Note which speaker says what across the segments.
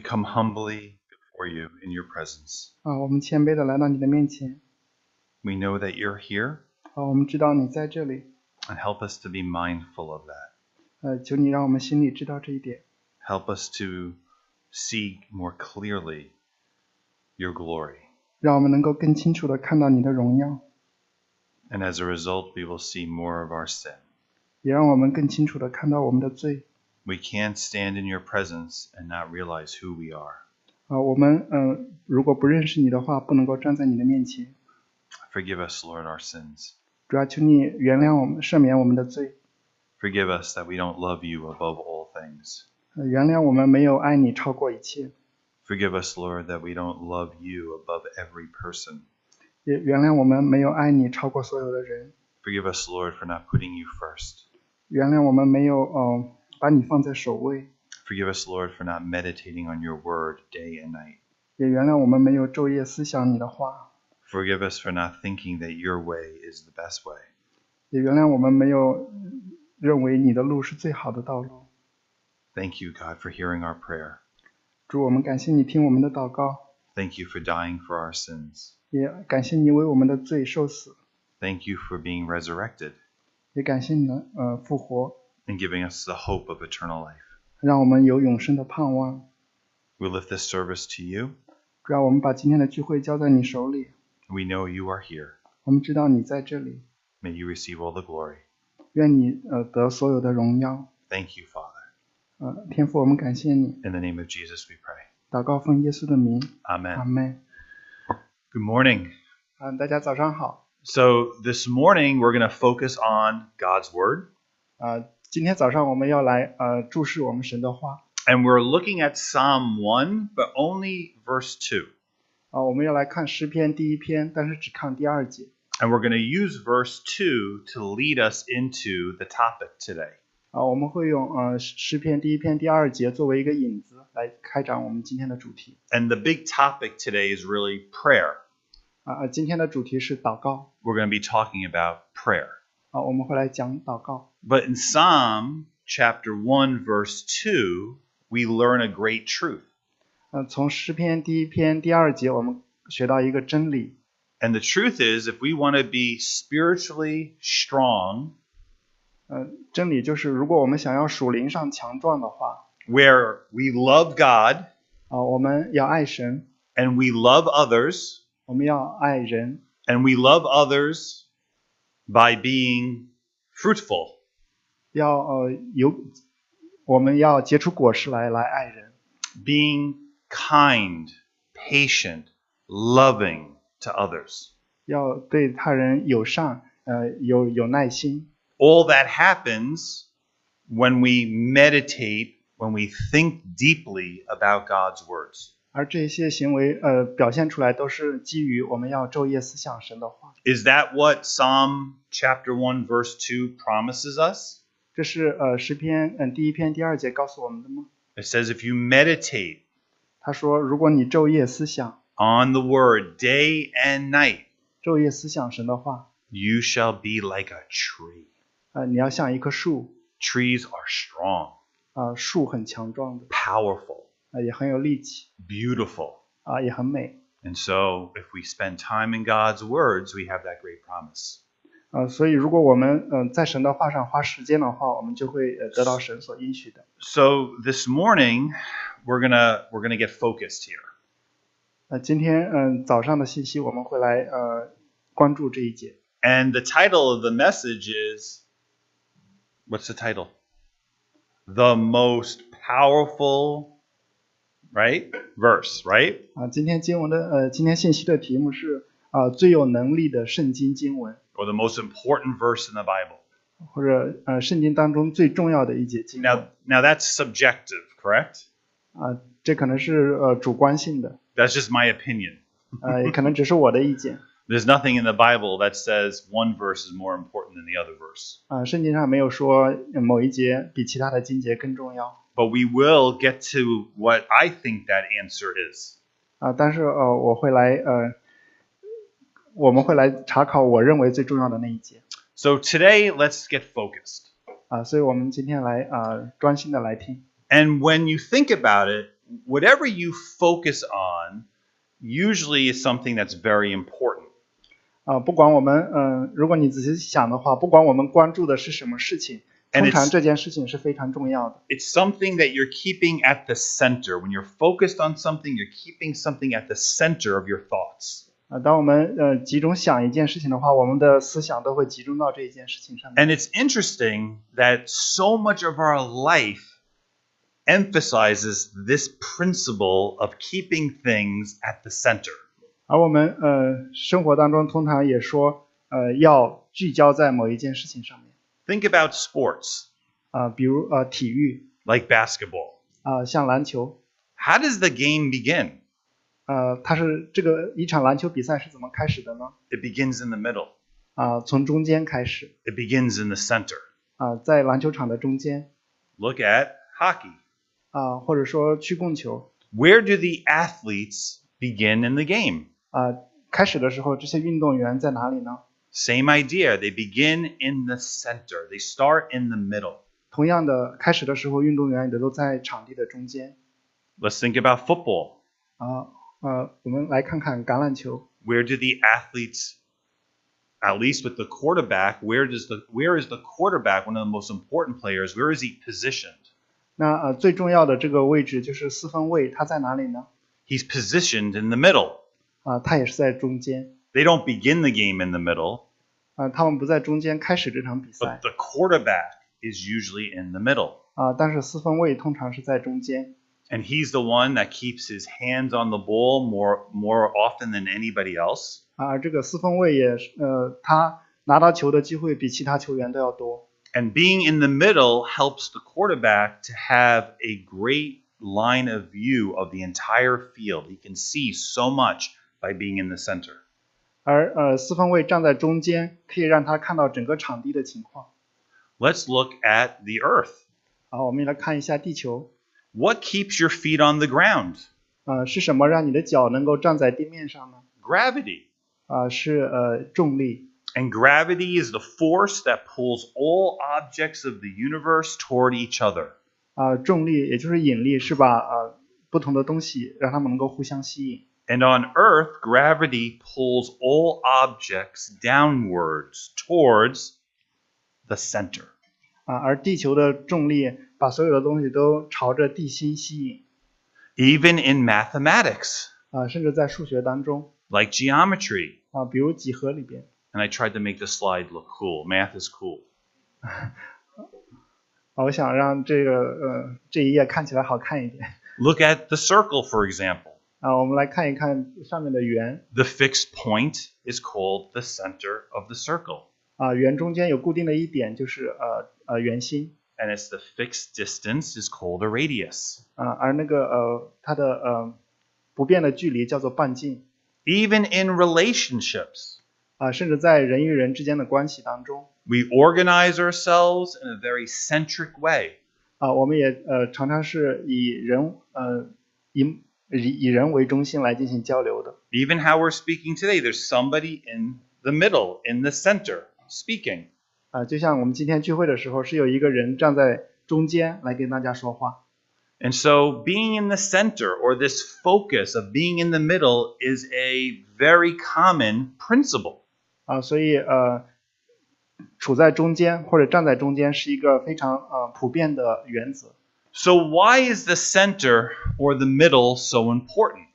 Speaker 1: come humbly before you in your presence.
Speaker 2: 啊，我们谦卑的来到你的面前
Speaker 1: We know that you're here
Speaker 2: 啊，我们知道你在这里，
Speaker 1: and help us to be mindful of that.
Speaker 2: 呃，求你让我们心里知道这一点，
Speaker 1: Help us to see more clearly your glory.
Speaker 2: 让我们能够更清楚的看到你的荣耀，
Speaker 1: And as a result, we will see more of our sin.
Speaker 2: 也让我们更清楚的看到我们的罪
Speaker 1: We can't stand in your presence and not realize who we are.
Speaker 2: 啊。我们嗯、呃如果不认识你的话，不能够站在你的面前。
Speaker 1: Forgive us, Lord, our sins.
Speaker 2: 主要求你原谅我们，赦免我们的罪，
Speaker 1: Forgive us that we don't love you above all things.
Speaker 2: 呃原谅我们没有爱你超过一切，
Speaker 1: Forgive us, Lord, that we don't love you above every person.
Speaker 2: 也原谅我们没有爱你超过所有的人，
Speaker 1: Forgive us, Lord, for not putting you first.
Speaker 2: 原谅我们没有呃把你放在首位，
Speaker 1: Forgive us, Lord, for not meditating on your word day and night.
Speaker 2: 也原谅我们没有昼夜思想你的话，
Speaker 1: Forgive us for not thinking that your way is the best way.
Speaker 2: 也原谅我们没有认为你的路是最好的道路。
Speaker 1: Thank you, God, for hearing our prayer.
Speaker 2: 主，我们感谢你听我们的祷告，
Speaker 1: Thank you for dying for our sins.
Speaker 2: 也感谢你为我们的罪受死，
Speaker 1: Thank you for being resurrected
Speaker 2: 也感谢你的呃复活，
Speaker 1: and giving us the hope of eternal life.
Speaker 2: 让我们有永生的盼望。
Speaker 1: We lift this service to you.
Speaker 2: 主啊要我们把今天的聚会交在你手里，
Speaker 1: We know you are here.
Speaker 2: 我们知道你在这里，
Speaker 1: May you receive all the glory.
Speaker 2: 愿你呃得所有的荣耀。
Speaker 1: Thank you, Father.
Speaker 2: 呃，天父，我们感谢你，
Speaker 1: In the name of Jesus, we pray.
Speaker 2: 祷告奉耶稣的名，
Speaker 1: Amen.
Speaker 2: 阿门。
Speaker 1: Good morning.
Speaker 2: 啊，大家早上好。
Speaker 1: So, this morning we're going to focus on God's Word,
Speaker 2: 啊，今天早上我们要来呃注视我们神的话
Speaker 1: and we're looking at Psalm 1, but only verse 2.
Speaker 2: 啊、我们要来看诗篇第一篇，但是只看第二节
Speaker 1: And we're going to use verse 2 to lead us into the topic today.
Speaker 2: 啊、我们会用呃诗诗篇第一篇第二节作为一个引子来开展我们今天的主题
Speaker 1: And the big topic today is really prayer.
Speaker 2: 啊、呃今天的主题是祷告
Speaker 1: We're going to be talking about prayer.
Speaker 2: 啊、我们会来讲祷告
Speaker 1: But in Psalm chapter 1, verse 2, we learn a great truth.
Speaker 2: 呃，从诗篇第一篇第二节我们学到一个真理
Speaker 1: And the truth is, if we want to be spiritually strong,
Speaker 2: 呃，真理就是如果我们想要属灵上强壮的话
Speaker 1: where we love God
Speaker 2: 啊、我们要爱神，
Speaker 1: and we love others,
Speaker 2: 我们要爱人
Speaker 1: and we love others by being fruitful,
Speaker 2: 要呃有，我们要结出果实来来爱人，
Speaker 1: being kind, patient, loving to others.
Speaker 2: 要对他人友善，呃有有耐心
Speaker 1: All that happens when we meditate, when we think deeply about God's words.
Speaker 2: 而这些行为呃表现出来都是基于我们要昼夜思想神的话，
Speaker 1: Is that what Psalm chapter 1 verse 2 promises us?
Speaker 2: 这是呃诗篇嗯、第一篇第二节告诉我们的吗？
Speaker 1: It says if you meditate
Speaker 2: 他说，如果你昼夜思想，
Speaker 1: on the word day and night,
Speaker 2: 昼夜思想神的话，
Speaker 1: you shall be like a tree.
Speaker 2: 呃你要像一棵树，
Speaker 1: Trees are strong,
Speaker 2: 啊树很强壮的，
Speaker 1: powerful,
Speaker 2: 啊也很有力气，
Speaker 1: beautiful.
Speaker 2: 啊、也很美，
Speaker 1: And so, if we spend time in God's words, we have that great promise.
Speaker 2: 呃所以如果我们嗯、呃在神的话上花时间的话，我们就会呃得到神所应许的。
Speaker 1: So this morning, we're gonna we're gonna get focused here.
Speaker 2: 呃，今天嗯、早上的信息我们会来呃关注这一节。
Speaker 1: And the title of the message is what's the title? The most powerful, right? Verse, right?
Speaker 2: 啊，今天经文的呃，今天信息的题目是啊、最有能力的圣经经文，
Speaker 1: Or the most important verse in the Bible.
Speaker 2: 或者呃圣经当中最重要的一节经文
Speaker 1: Now,
Speaker 2: 啊、
Speaker 1: now that's subjective, correct?
Speaker 2: 这可能是呃主观性的，
Speaker 1: That's just my opinion.
Speaker 2: 呃，也可能只是我的意见
Speaker 1: There's nothing in the Bible that says one verse is more important than the other verse.
Speaker 2: 啊、圣经上没有说呃某一节比其他的经节更重要
Speaker 1: But we will get to what I think that answer is.
Speaker 2: 啊、但是呃我会来呃我们会来查考我认为最重要的那一节
Speaker 1: So today, let's get focused.
Speaker 2: 啊、所以我们今天来啊、专心的来听
Speaker 1: And when you think about it, whatever you focus on usually is something that's very important.
Speaker 2: 啊、不管我们嗯、呃如果你仔细想的话，不管我们关注的是什么事情，
Speaker 1: And
Speaker 2: 通常
Speaker 1: it's,
Speaker 2: 这件事情是非常重要的。
Speaker 1: it's something that you're keeping at the center. When you're focused on something, you're keeping something at the center of your thoughts.
Speaker 2: 啊、当我们呃集中想一件事情的话，我们的思想都会集中到这一件事情上面。
Speaker 1: And it's interesting that so much of our life emphasizes this principle of keeping things at the center.
Speaker 2: 而我们呃生活当中通常也说呃要聚焦在某一件事情上面
Speaker 1: Think about sports
Speaker 2: 啊、比如呃体育
Speaker 1: like basketball.
Speaker 2: 啊、像篮球
Speaker 1: How does the game begin?
Speaker 2: 呃它是这个一场篮球比赛是怎么开始的呢？
Speaker 1: It begins in the middle,
Speaker 2: 啊、从中间开始
Speaker 1: it begins in the center.
Speaker 2: 啊、在篮球场的中间
Speaker 1: Look at hockey.
Speaker 2: 啊、或者说曲棍球
Speaker 1: Where do the athletes begin in the game?
Speaker 2: 啊、开始的时候这些运动员在哪里呢？
Speaker 1: Same idea. They begin in the center, they start in the middle.
Speaker 2: 同样的，开始的时候运动员也都在场地的中间
Speaker 1: Let's think about football.
Speaker 2: 啊。呃，我们来看看橄榄球，
Speaker 1: where do the athletes at least with the quarterback where does the where is the quarterback one of the most important players where is he positioned
Speaker 2: 那呃最重要的这个位置就是四分卫，他在哪里呢？
Speaker 1: he's positioned in the middle
Speaker 2: 啊、他也是在中间
Speaker 1: they don't begin the game in the middle
Speaker 2: 啊、他们不在中间开始这场比
Speaker 1: but
Speaker 2: 赛
Speaker 1: the quarterback is usually in the middle
Speaker 2: 啊、但是四分卫通常是在中间
Speaker 1: and he's the one that keeps his hands on the ball more more often than anybody else
Speaker 2: 啊、而这个四分卫也是呃，他拿到球的机会比其他球员都要多
Speaker 1: and being in the middle helps the quarterback to have a great line of view of the entire field. He can see so much by being in the center.
Speaker 2: 而呃四分卫站在中间可以让他看到整个场地的情况
Speaker 1: Let's look at the earth.
Speaker 2: 啊。我们来看一下地球，
Speaker 1: What keeps your feet on the ground?
Speaker 2: 呃，是什么让你的脚能够站在地面上呢？
Speaker 1: Gravity.
Speaker 2: 啊、是呃重力
Speaker 1: And gravity is the force that pulls all objects of the universe toward each other.
Speaker 2: 啊、重力也就是引力是吧？呃，不同的东西让他们能够互相吸引。
Speaker 1: And on earth, gravity pulls all objects downwards towards the center.
Speaker 2: 啊，而地球的重力把所有的东西都朝着地心吸引
Speaker 1: Even in mathematics,
Speaker 2: 啊，甚至在数学当中
Speaker 1: like geometry.
Speaker 2: 啊，比如几何里边
Speaker 1: And I tried to make this slide look cool. Math is cool.
Speaker 2: 啊，我想让这个呃这一页看起来好看一点
Speaker 1: Look at the circle, for example.
Speaker 2: 啊，我们来看一看上面的圆
Speaker 1: The fixed point is called the center of the circle,
Speaker 2: 啊，圆中间有固定的一点就是呃呃圆心
Speaker 1: and it's the fixed distance is called a radius.
Speaker 2: 啊，而那个呃它的呃不变的距离叫做半径
Speaker 1: Even in relationships,
Speaker 2: 啊，甚至在人与人之间的关系当中
Speaker 1: we organize ourselves in a very centric way.
Speaker 2: 啊，我们也呃常常是以人呃以以以人为中心来进行交流的。
Speaker 1: Even how we're speaking today, there's somebody in the middle, in the center, speaking.
Speaker 2: 啊，就像我们今天聚会的时候，是有一个人站在中间来跟大家说话
Speaker 1: And so, being in the center or this focus of being in the middle is a very common principle.
Speaker 2: 啊，所以呃，处在中间或者站在中间是一个非常呃普遍的原则。
Speaker 1: So, why is the center or the middle so important?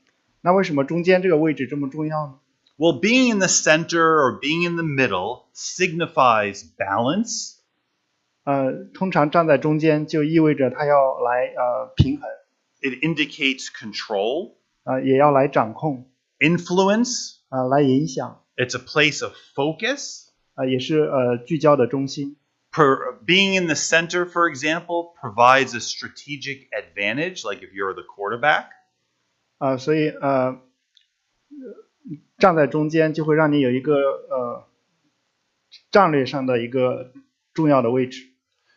Speaker 2: 那为什么中间这个位置这么重要呢？
Speaker 1: Well, being in the center or being in the middle signifies balance,
Speaker 2: 呃，通常站在中间就意味着他要来呃平衡，
Speaker 1: it indicates control,
Speaker 2: 呃也要来掌控，
Speaker 1: influence,
Speaker 2: 呃来影响，
Speaker 1: it's a place of focus.
Speaker 2: 呃也是呃聚焦的中心。
Speaker 1: Per, being in the center, for example, provides a strategic advantage, like if you're the quarterback.
Speaker 2: 啊、所以呃，站在中间就会让你有一个呃战略上的一个重要的位置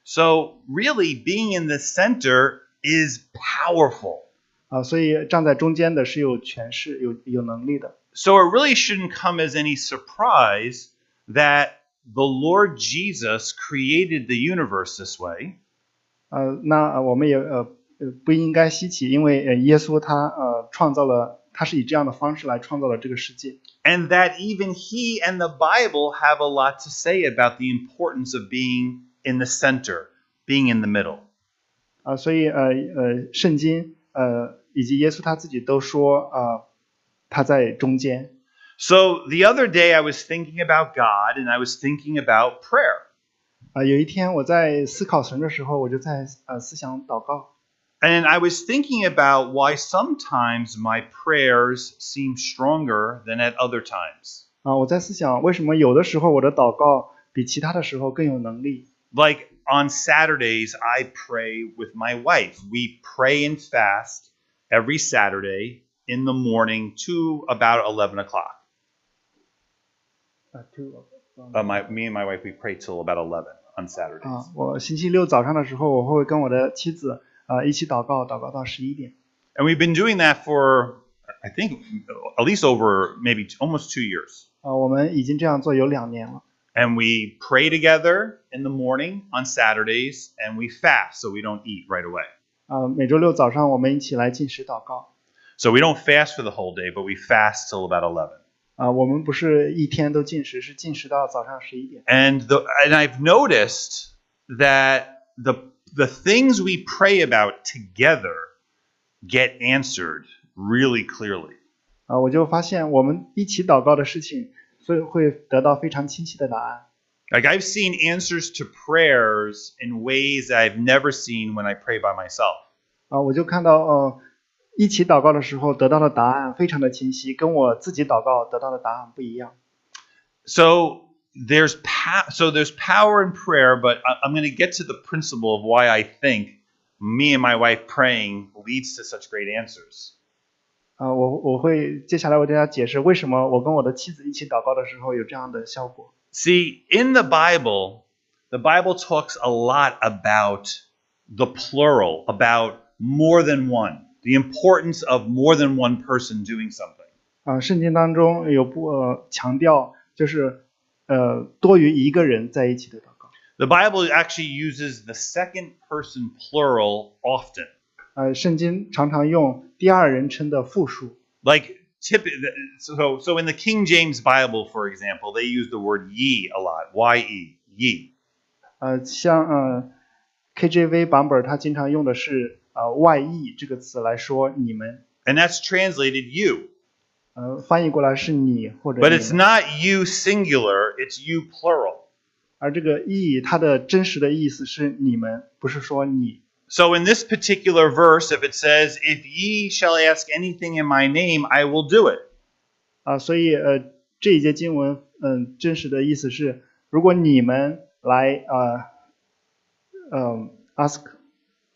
Speaker 1: So, really, being in the center is powerful.
Speaker 2: 啊、所以站在中间的是有权势、有有能力的
Speaker 1: So, it really shouldn't come as any surprise that the Lord Jesus created the universe this way.
Speaker 2: 呃，那呃我们也呃呃不应该稀奇，因为呃耶稣他呃创造了，他是以这样的方式来创造了这个世界，
Speaker 1: and that even he and the Bible have a lot to say about the importance of being in the center, being in the middle.
Speaker 2: 啊、所以呃呃圣经呃以及耶稣他自己都说啊、呃他在中间。
Speaker 1: So the other day I was thinking about God and I was thinking about prayer.
Speaker 2: 啊、有一天我在思考神的时候，我就在呃思想祷告，
Speaker 1: And I was thinking about why sometimes my prayers seem stronger than at other times.
Speaker 2: 啊、我在思想为什么有的时候我的祷告比其他的时候更有能力，
Speaker 1: Like on Saturdays, I pray with my wife. We pray and fast every Saturday in the morning to about 11 o'clock.
Speaker 2: 啊，
Speaker 1: Uh, my, me and my wife, we pray till about 11 on Saturdays.
Speaker 2: 啊，我星期六早上的时候，我会跟我的妻子呃一起祷告，祷告到十一点。
Speaker 1: And we've been doing that for, I think, at least over maybe t- almost two years.
Speaker 2: 啊、我们已经这样做有两年了。
Speaker 1: And we pray together in the morning on Saturdays and we fast so we don't eat right away.
Speaker 2: 啊、每周六早上我们一起来进食祷告。
Speaker 1: So we don't fast for the whole day, but we fast till about 11.
Speaker 2: 啊、我们不是一天都进食，是进食到早上十一点。
Speaker 1: And the and I've noticed that the the things we pray about together get answered really clearly.
Speaker 2: 啊、我就发现我们一起祷告的事情，会会得到非常清晰的答案。
Speaker 1: Like I've seen answers to prayers in ways that I've never seen when I pray by myself.
Speaker 2: 啊、我就看到呃，一起祷告的时候得到的答案非常的清晰，跟我自己祷告得到的答案不一样。
Speaker 1: So there's pa- so there's power in prayer, but I- I'm going to get to the principle of why I think me and my wife praying leads to such great answers.
Speaker 2: 啊、我我会接下来为大家解释为什么我跟我的妻子一起祷告的时候有这样的效果。
Speaker 1: See, in the Bible, the Bible talks a lot about the plural, about more than one, the importance of more than one person doing something.
Speaker 2: 啊、圣经当中有不、呃、强调，就是呃多于一个人在一起的祷告。
Speaker 1: The Bible actually uses the second person plural often.
Speaker 2: 呃，圣经常常用第二人称的复数。
Speaker 1: Like tip, so so in the King James Bible, for example, they use the word ye a lot. Y e ye.
Speaker 2: 呃，像呃 KJV 版本它经常用的是呃外溢这个词来说你们，
Speaker 1: And that's translated you.
Speaker 2: 呃翻译过来是你或者
Speaker 1: But
Speaker 2: 你
Speaker 1: it's
Speaker 2: 们
Speaker 1: not you singular, it's you plural.
Speaker 2: 而这个意它的真实的意思是你们，不是说你。
Speaker 1: So in this particular verse, if it says, If ye shall ask anything in my name, I will do it.
Speaker 2: 啊，所以呃，这一节经文，嗯，真实的意思是，如果你们来呃，嗯、ask，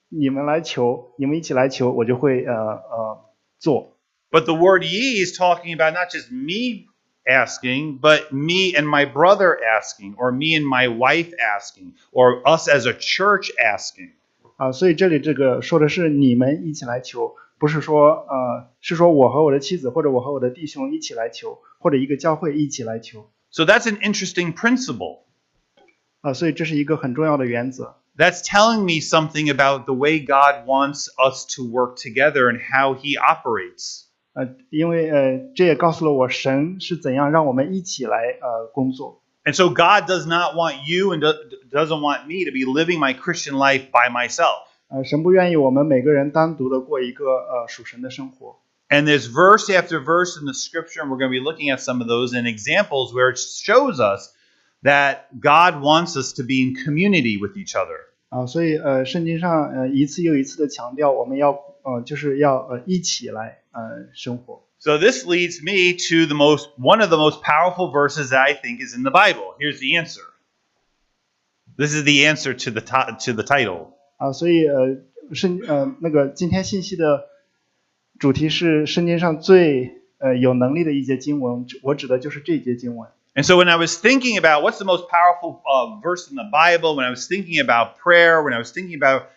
Speaker 2: 你们来求，你们一起来求，我就会呃呃做。
Speaker 1: But the word ye is talking about not just me asking, but me and my brother asking, or me and my wife asking, or us as a church asking.
Speaker 2: 啊，所以这里这个说的是你们一起来求，不是说呃，是说我和我的妻子或者我和我的弟兄一起来求，或者一个教会一起来求。
Speaker 1: So that's an interesting principle.
Speaker 2: 啊，所以这是一个很重要的原则。
Speaker 1: That's telling me something about the way God wants us to work together and how he operates.
Speaker 2: 呃，因为呃，这也告诉了我神是怎样让我们一起来呃工作。
Speaker 1: And so God does not want you and do- doesn't want me to be living my Christian life by myself.
Speaker 2: 呃，神不愿意我们每个人单独的过一个呃属神的生活。
Speaker 1: And there's verse after verse in the scripture, and we're going to be looking at some of those and examples where it shows us that God wants us to be in community with each other.
Speaker 2: 啊、所以呃，圣经上呃一次又一次的强调，我们要呃就是要呃一起来呃生活。
Speaker 1: So this leads me to the most one of the most powerful verses that I think is in the Bible. Here's the answer. This is the answer to the ti- to the title.
Speaker 2: 啊、所以呃圣呃那个今天信息的主题是圣经上最呃有能力的一节经文，我指的就是这节经文。
Speaker 1: And so when I was thinking about what's the most powerful uh, verse in the Bible, when I was thinking about prayer, when I was thinking about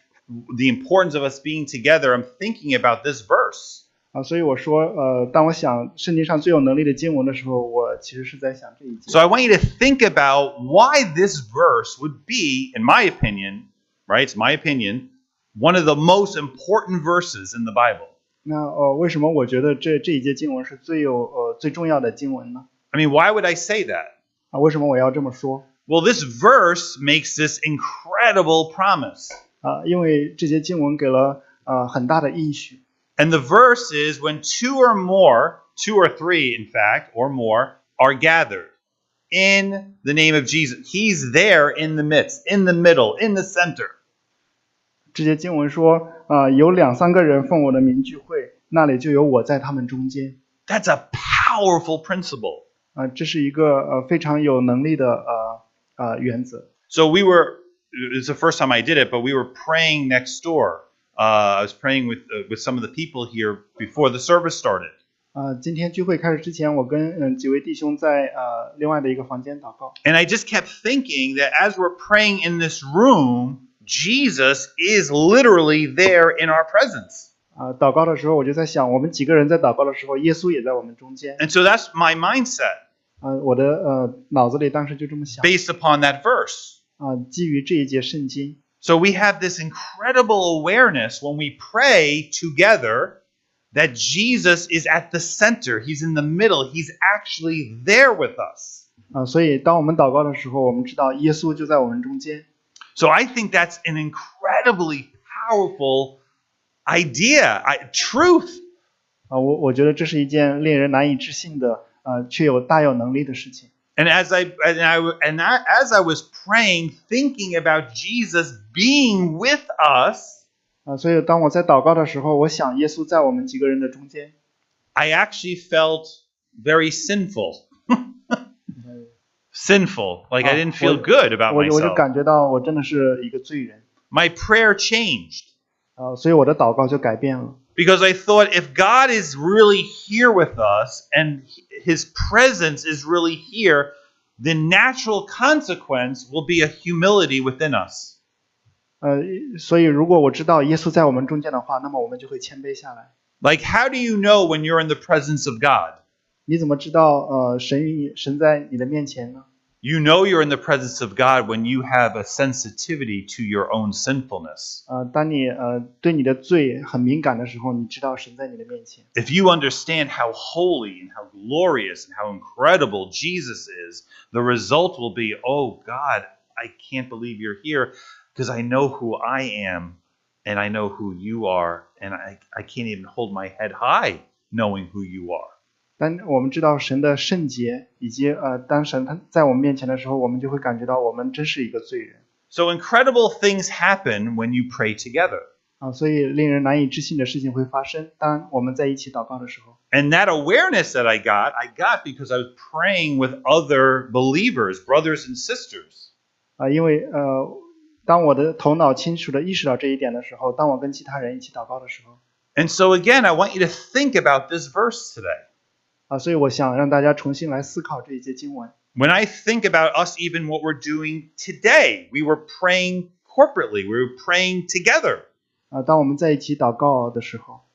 Speaker 1: the importance of us being together, I'm thinking about this verse.
Speaker 2: 啊、所以我说，呃，当我想圣经上最有能力的经文的时候，我其实是在想这一节。
Speaker 1: So I want you to think about why this verse would be, in my opinion, right? It's my opinion, one of the most important verses in the Bible.
Speaker 2: 那呃，为什么我觉得这这一节经文是最有呃最重要的经文呢？
Speaker 1: I mean, why would I say that?
Speaker 2: 啊，为什么我要这么说
Speaker 1: Well, this verse makes this incredible promise.
Speaker 2: 啊？因为这节经文给了呃很大的应许
Speaker 1: And the verse is when two or more, two or three, in fact, or more, are gathered in the name of Jesus. He's there in the midst, in the middle, in the center.
Speaker 2: 这些经文说啊、有两三个人奉我的名聚会，那里就有我在他们中间
Speaker 1: That's a powerful principle.
Speaker 2: 啊、这是一个呃非常有能力的呃呃原则
Speaker 1: So we were, it's the first time I did it, but we were praying next door. Uh, I was praying with, uh, with some of the people here before the service started.
Speaker 2: 啊、今天聚会开始之前，我跟嗯、几位弟兄在呃另外的一个房间祷告
Speaker 1: And I just kept thinking that as we're praying in this room, Jesus is literally there in our presence.
Speaker 2: 啊、祷告的时候我就在想，我们几个人在祷告的时候，耶稣也在我们中间
Speaker 1: And so that's my mindset
Speaker 2: 啊、我的呃脑子里当时就这么想
Speaker 1: based upon that verse.
Speaker 2: 啊、基于这一节圣经。
Speaker 1: So we have this incredible awareness when we pray together that Jesus is at the center, He's in the middle, He's actually there with us.
Speaker 2: 啊、所以当我们祷告的时候，我们知道耶稣就在我们中间
Speaker 1: So I think that's an incredibly powerful idea, I, truth.
Speaker 2: 啊、我我觉得这是一件令人难以置信的，呃，却有大有能力的事情
Speaker 1: And as I and I and I, as I was praying, thinking about Jesus being with us,
Speaker 2: 啊、所以当我在祷告的时候，我想耶稣在我们几个人的中间，
Speaker 1: I actually felt very sinful,
Speaker 2: 嗯
Speaker 1: sinful. Like I
Speaker 2: Oh,
Speaker 1: didn't feel
Speaker 2: well,
Speaker 1: good about
Speaker 2: 我我就
Speaker 1: myself.
Speaker 2: 感觉到我真的是一个罪人
Speaker 1: My prayer changed
Speaker 2: 啊、所以我的祷告就改变了
Speaker 1: because I thought if God is really here with us and His presence is really here, the natural consequence will be a humility within us.
Speaker 2: 呃，所以如果我知道耶稣在我们中间的话，那么我们就会谦卑下来。
Speaker 1: Like, how do you know when you're in the presence of God?
Speaker 2: 你怎么知道呃神与你神在你的面前呢？
Speaker 1: You know you're in the presence of God when you have a sensitivity to your own sinfulness.
Speaker 2: 呃，当你呃对你的罪很敏感的时候，你知道神在你的面前。
Speaker 1: If you understand how holy and how glorious and how incredible Jesus is, the result will be, oh God, I can't believe you're here because I know who I am and I know who you are, and I, I can't even hold my head high knowing who you are.
Speaker 2: 当我们知道神的圣洁，以及呃，当神他在我们面前的时候，我们就会感觉到我们真是一个罪人
Speaker 1: So incredible things happen when you pray together.
Speaker 2: 啊，所以令人难以置信的事情会发生。当我们在一起祷告的时候，
Speaker 1: And that awareness that I got, I got because I was praying with other believers, brothers and sisters.
Speaker 2: 啊，因为呃，当我的头脑清楚的意识到这一点的时候，当我跟其他人一起祷告的时候，
Speaker 1: And so, again, I want you to think about this verse today.
Speaker 2: 啊，所以我想让大家重新来思考这一节经文
Speaker 1: When I think about us, even what we're doing today, we were praying corporately, we were praying together.
Speaker 2: 啊，当我们在一起祷告的时候，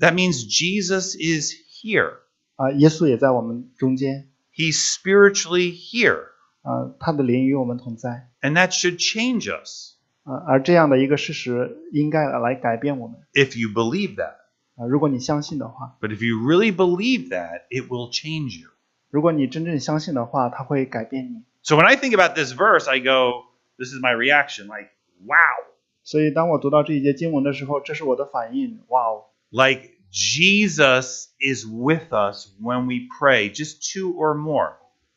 Speaker 1: That means Jesus is here,
Speaker 2: 啊，耶稣也在我们中间，
Speaker 1: He's spiritually here.
Speaker 2: 啊，他的灵与我们同在，
Speaker 1: And that should change us
Speaker 2: 啊，而这样的一个事实应该来改变我们
Speaker 1: if you believe that.
Speaker 2: 啊，如果你相信的话。
Speaker 1: But if you really believe that, it will change you.
Speaker 2: 如果你真正相信的话，它会改变你。
Speaker 1: So when I think about this verse, I go, this is my reaction, like, wow.
Speaker 2: 所以，当我读到这一节经文的时候，这是我的反应。哇哦，
Speaker 1: Like Jesus is with us when we pray, just two or more.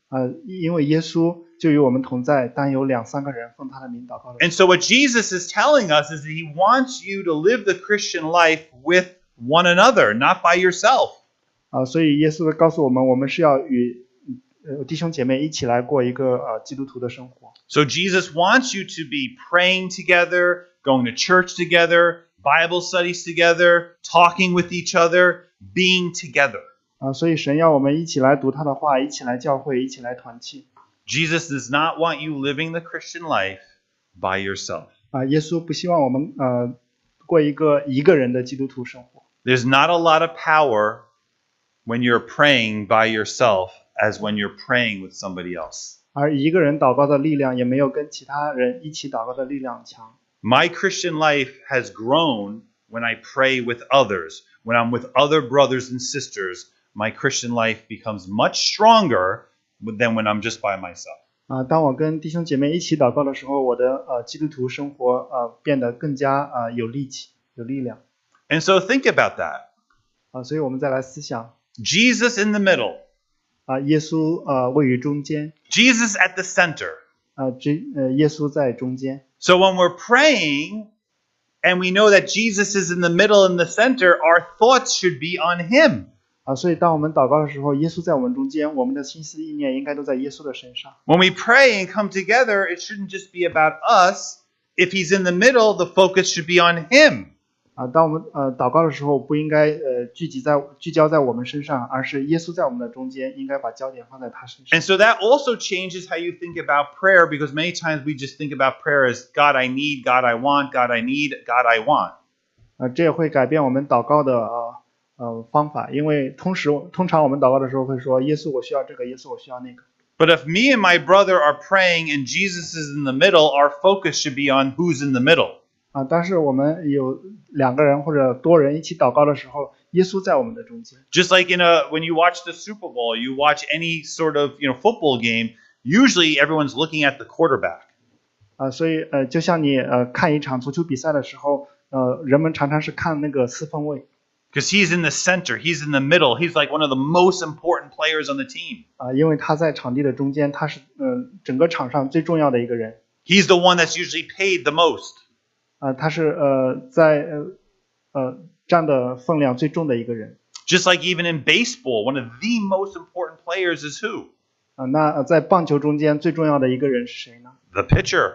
Speaker 2: 呃，因为耶稣就与我们同在，当有两三个人奉他的名祷告的时
Speaker 1: And so what Jesus is telling us is that he wants you to live the Christian life with one another, not by yourself.
Speaker 2: 候，啊、所以耶稣告诉我们，我们是要与呃弟兄姐妹一起来过一个呃基督徒的生活。
Speaker 1: So Jesus wants you to be praying together, going to church together, Bible studies together, talking with each other, being together.
Speaker 2: 啊、所以神要我们一起来读他的话，一起来教会，一起来团契。
Speaker 1: Jesus does not want you living the Christian life by yourself.
Speaker 2: 啊、耶稣不希望我们呃过一个一个人的基督徒生活。
Speaker 1: There's not a lot of power when you're praying by yourself as when you're praying with somebody else.
Speaker 2: 而一个人祷告的力量也没有跟其他人一起祷告的力量强。
Speaker 1: My Christian life has grown when I pray with others. When I'm with other brothers and sisters, my Christian life becomes much stronger than when I'm just by myself.
Speaker 2: 啊，当我跟弟兄姐妹一起祷告的时候，我的呃基督徒生活呃变得更加啊、呃有力气、有力量
Speaker 1: And so think about that.
Speaker 2: 啊、所以我们再来思想
Speaker 1: Jesus in the middle,
Speaker 2: 啊、耶稣啊、呃位于中间
Speaker 1: Jesus at the center.
Speaker 2: 啊、这呃耶稣在中间
Speaker 1: So when we're praying and we know that Jesus is in the middle and the center, our thoughts should be on him.
Speaker 2: 啊、所以当我们祷告的时候，耶稣在我们中间，我们的心思意念应该都在耶稣的身上
Speaker 1: When we pray and come together, it shouldn't just be about us. If he's in the middle, the focus should be on him.
Speaker 2: 啊、当我们呃祷告的时候，不应该呃聚集在聚焦在我们身上，而是耶稣在我们的中间，应该把焦点放在他身上
Speaker 1: And。so that also changes how you think about prayer because many times we just think about prayer as God, I need, God, I want, God, I need, God, I want.
Speaker 2: 呃，这也会改变我们祷告的呃呃方法，因为通时通常我们祷告的时候会说，耶稣我需要这个，耶稣我需要那个。
Speaker 1: But if me and my brother are praying and Jesus is in the middle, our focus should be on who's in the middle.
Speaker 2: 啊，但是我们有两个人或者多人一起祷告的时候，耶稣在我们的中间。
Speaker 1: Just like in a when you watch the Super Bowl, you watch any sort of, you know, football game, usually everyone's looking at the quarterback.
Speaker 2: 啊，所以呃，就像你呃看一场足球比赛的时候，呃，人们常常是看那个四分卫
Speaker 1: because he's in the center, he's in the middle, he's like one of the most important players on the team.
Speaker 2: 啊，因为他在场地的中间，他是嗯、呃整个场上最重要的一个人
Speaker 1: He's the one that's usually paid the most.
Speaker 2: 啊，他是呃在呃呃占的分量最重的一个人
Speaker 1: Just like even in baseball, one of the most important players is who?
Speaker 2: 啊。那呃在棒球中间最重要的一个人是谁呢？
Speaker 1: The pitcher.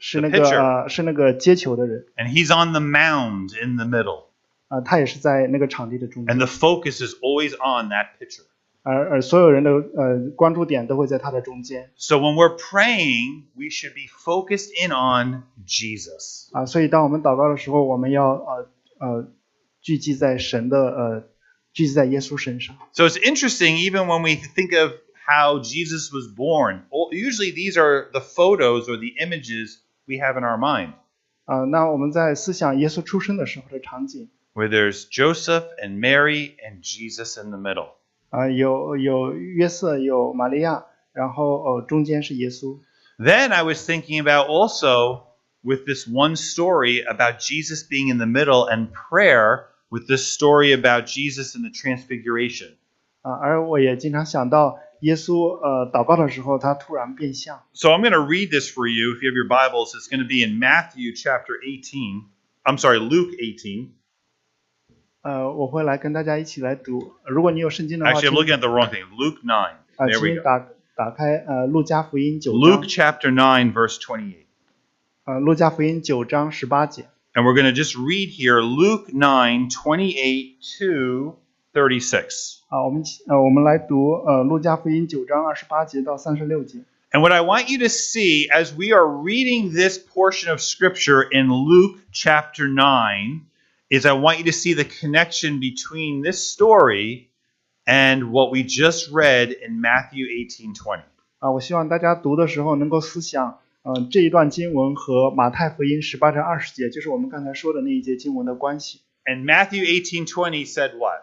Speaker 2: 是
Speaker 1: The
Speaker 2: 那个
Speaker 1: pitcher.
Speaker 2: 呃是那个接球的人
Speaker 1: And he's on the mound in the middle.
Speaker 2: 啊、呃他也是在那个场地的中间
Speaker 1: And，the focus is always on that pitcher.
Speaker 2: 而而所有人的呃关注点都会在他的中间
Speaker 1: So when we're praying, we should be focused in on Jesus.
Speaker 2: 啊、所以当我们祷告的时候，我们要呃呃聚集在神的呃聚集在耶稣身上
Speaker 1: So it's interesting, even when we think of how Jesus was born, all- usually these are the photos or the images we have in our mind.
Speaker 2: 啊、那我们在思想耶稣出生的时候的场景
Speaker 1: where there's Joseph and Mary and Jesus in the middle.
Speaker 2: 啊、有有约瑟，有玛利亚，然后呃中间是耶稣
Speaker 1: Then I was thinking about also with this one story about Jesus being in the middle and prayer with this story about Jesus and the transfiguration.
Speaker 2: 啊、而我也经常想到耶稣呃祷告的时候，他突然变相。
Speaker 1: So I'm going to read this for you if you have your Bibles. It's going to be in Matthew chapter 18. I'm sorry, Luke 18.
Speaker 2: 呃，我会来跟大家一起来读。如果你有圣经的话，
Speaker 1: Actually,
Speaker 2: 请
Speaker 1: I'm looking at the wrong thing. Luke 9.
Speaker 2: 啊，
Speaker 1: There
Speaker 2: 请
Speaker 1: we
Speaker 2: 你
Speaker 1: go.
Speaker 2: 打打开呃《路加福音》九
Speaker 1: Luke
Speaker 2: 章，
Speaker 1: chapter 9, verse 28.
Speaker 2: 呃《路加福音》九章十八节
Speaker 1: And we're going to just read here Luke 9, 28 to 36.
Speaker 2: 啊，我们起呃我们来读呃《路加福音》九章二十八节到三十六节
Speaker 1: And what I want you to see as we are reading this portion of scripture in Luke chapter 9 is I want you to see the connection between this story and what we just read in Matthew 18:20.
Speaker 2: 啊，我希望大家读的时候能够思想，呃这一段经文和马太福音十八章二十节，就是我们刚才说的那一节经文的关系
Speaker 1: And Matthew 18:20 said what?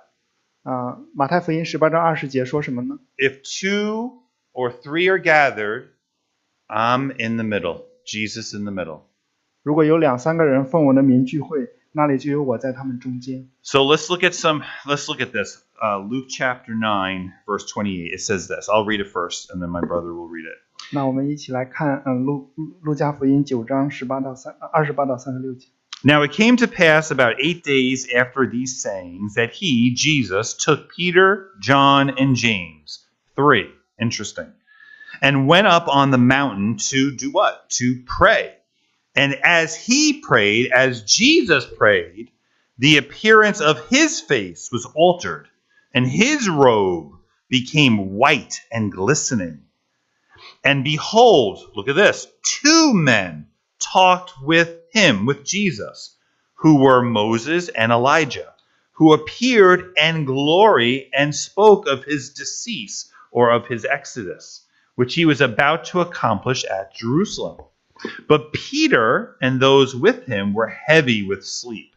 Speaker 2: 啊，《马太福音》十八章二十节说什么呢？
Speaker 1: If two or three are gathered, I'm in the middle. Jesus in the middle.
Speaker 2: 如果有两三个人奉我的名聚会，那里就有我在他们中间。
Speaker 1: So let's look at some. Let's look at this. Uh, Luke chapter nine, verse twenty-eight. It says this. I'll read it first, and then my brother will read it.
Speaker 2: 那我们一起来看，嗯，路路加福音九章十八到三二十八到三十六节。
Speaker 1: Now it came to pass about eight days after these sayings that he, Jesus, took Peter, John, and James. Three. Interesting. And went up on the mountain to do what? To pray. And as he prayed, as Jesus prayed, the appearance of his face was altered, and his robe became white and glistening. And behold, look at this two men talked with him, with Jesus, who were Moses and Elijah, who appeared in glory and spoke of his decease or of his exodus, which he was about to accomplish at Jerusalem. But Peter and those with him were heavy with sleep.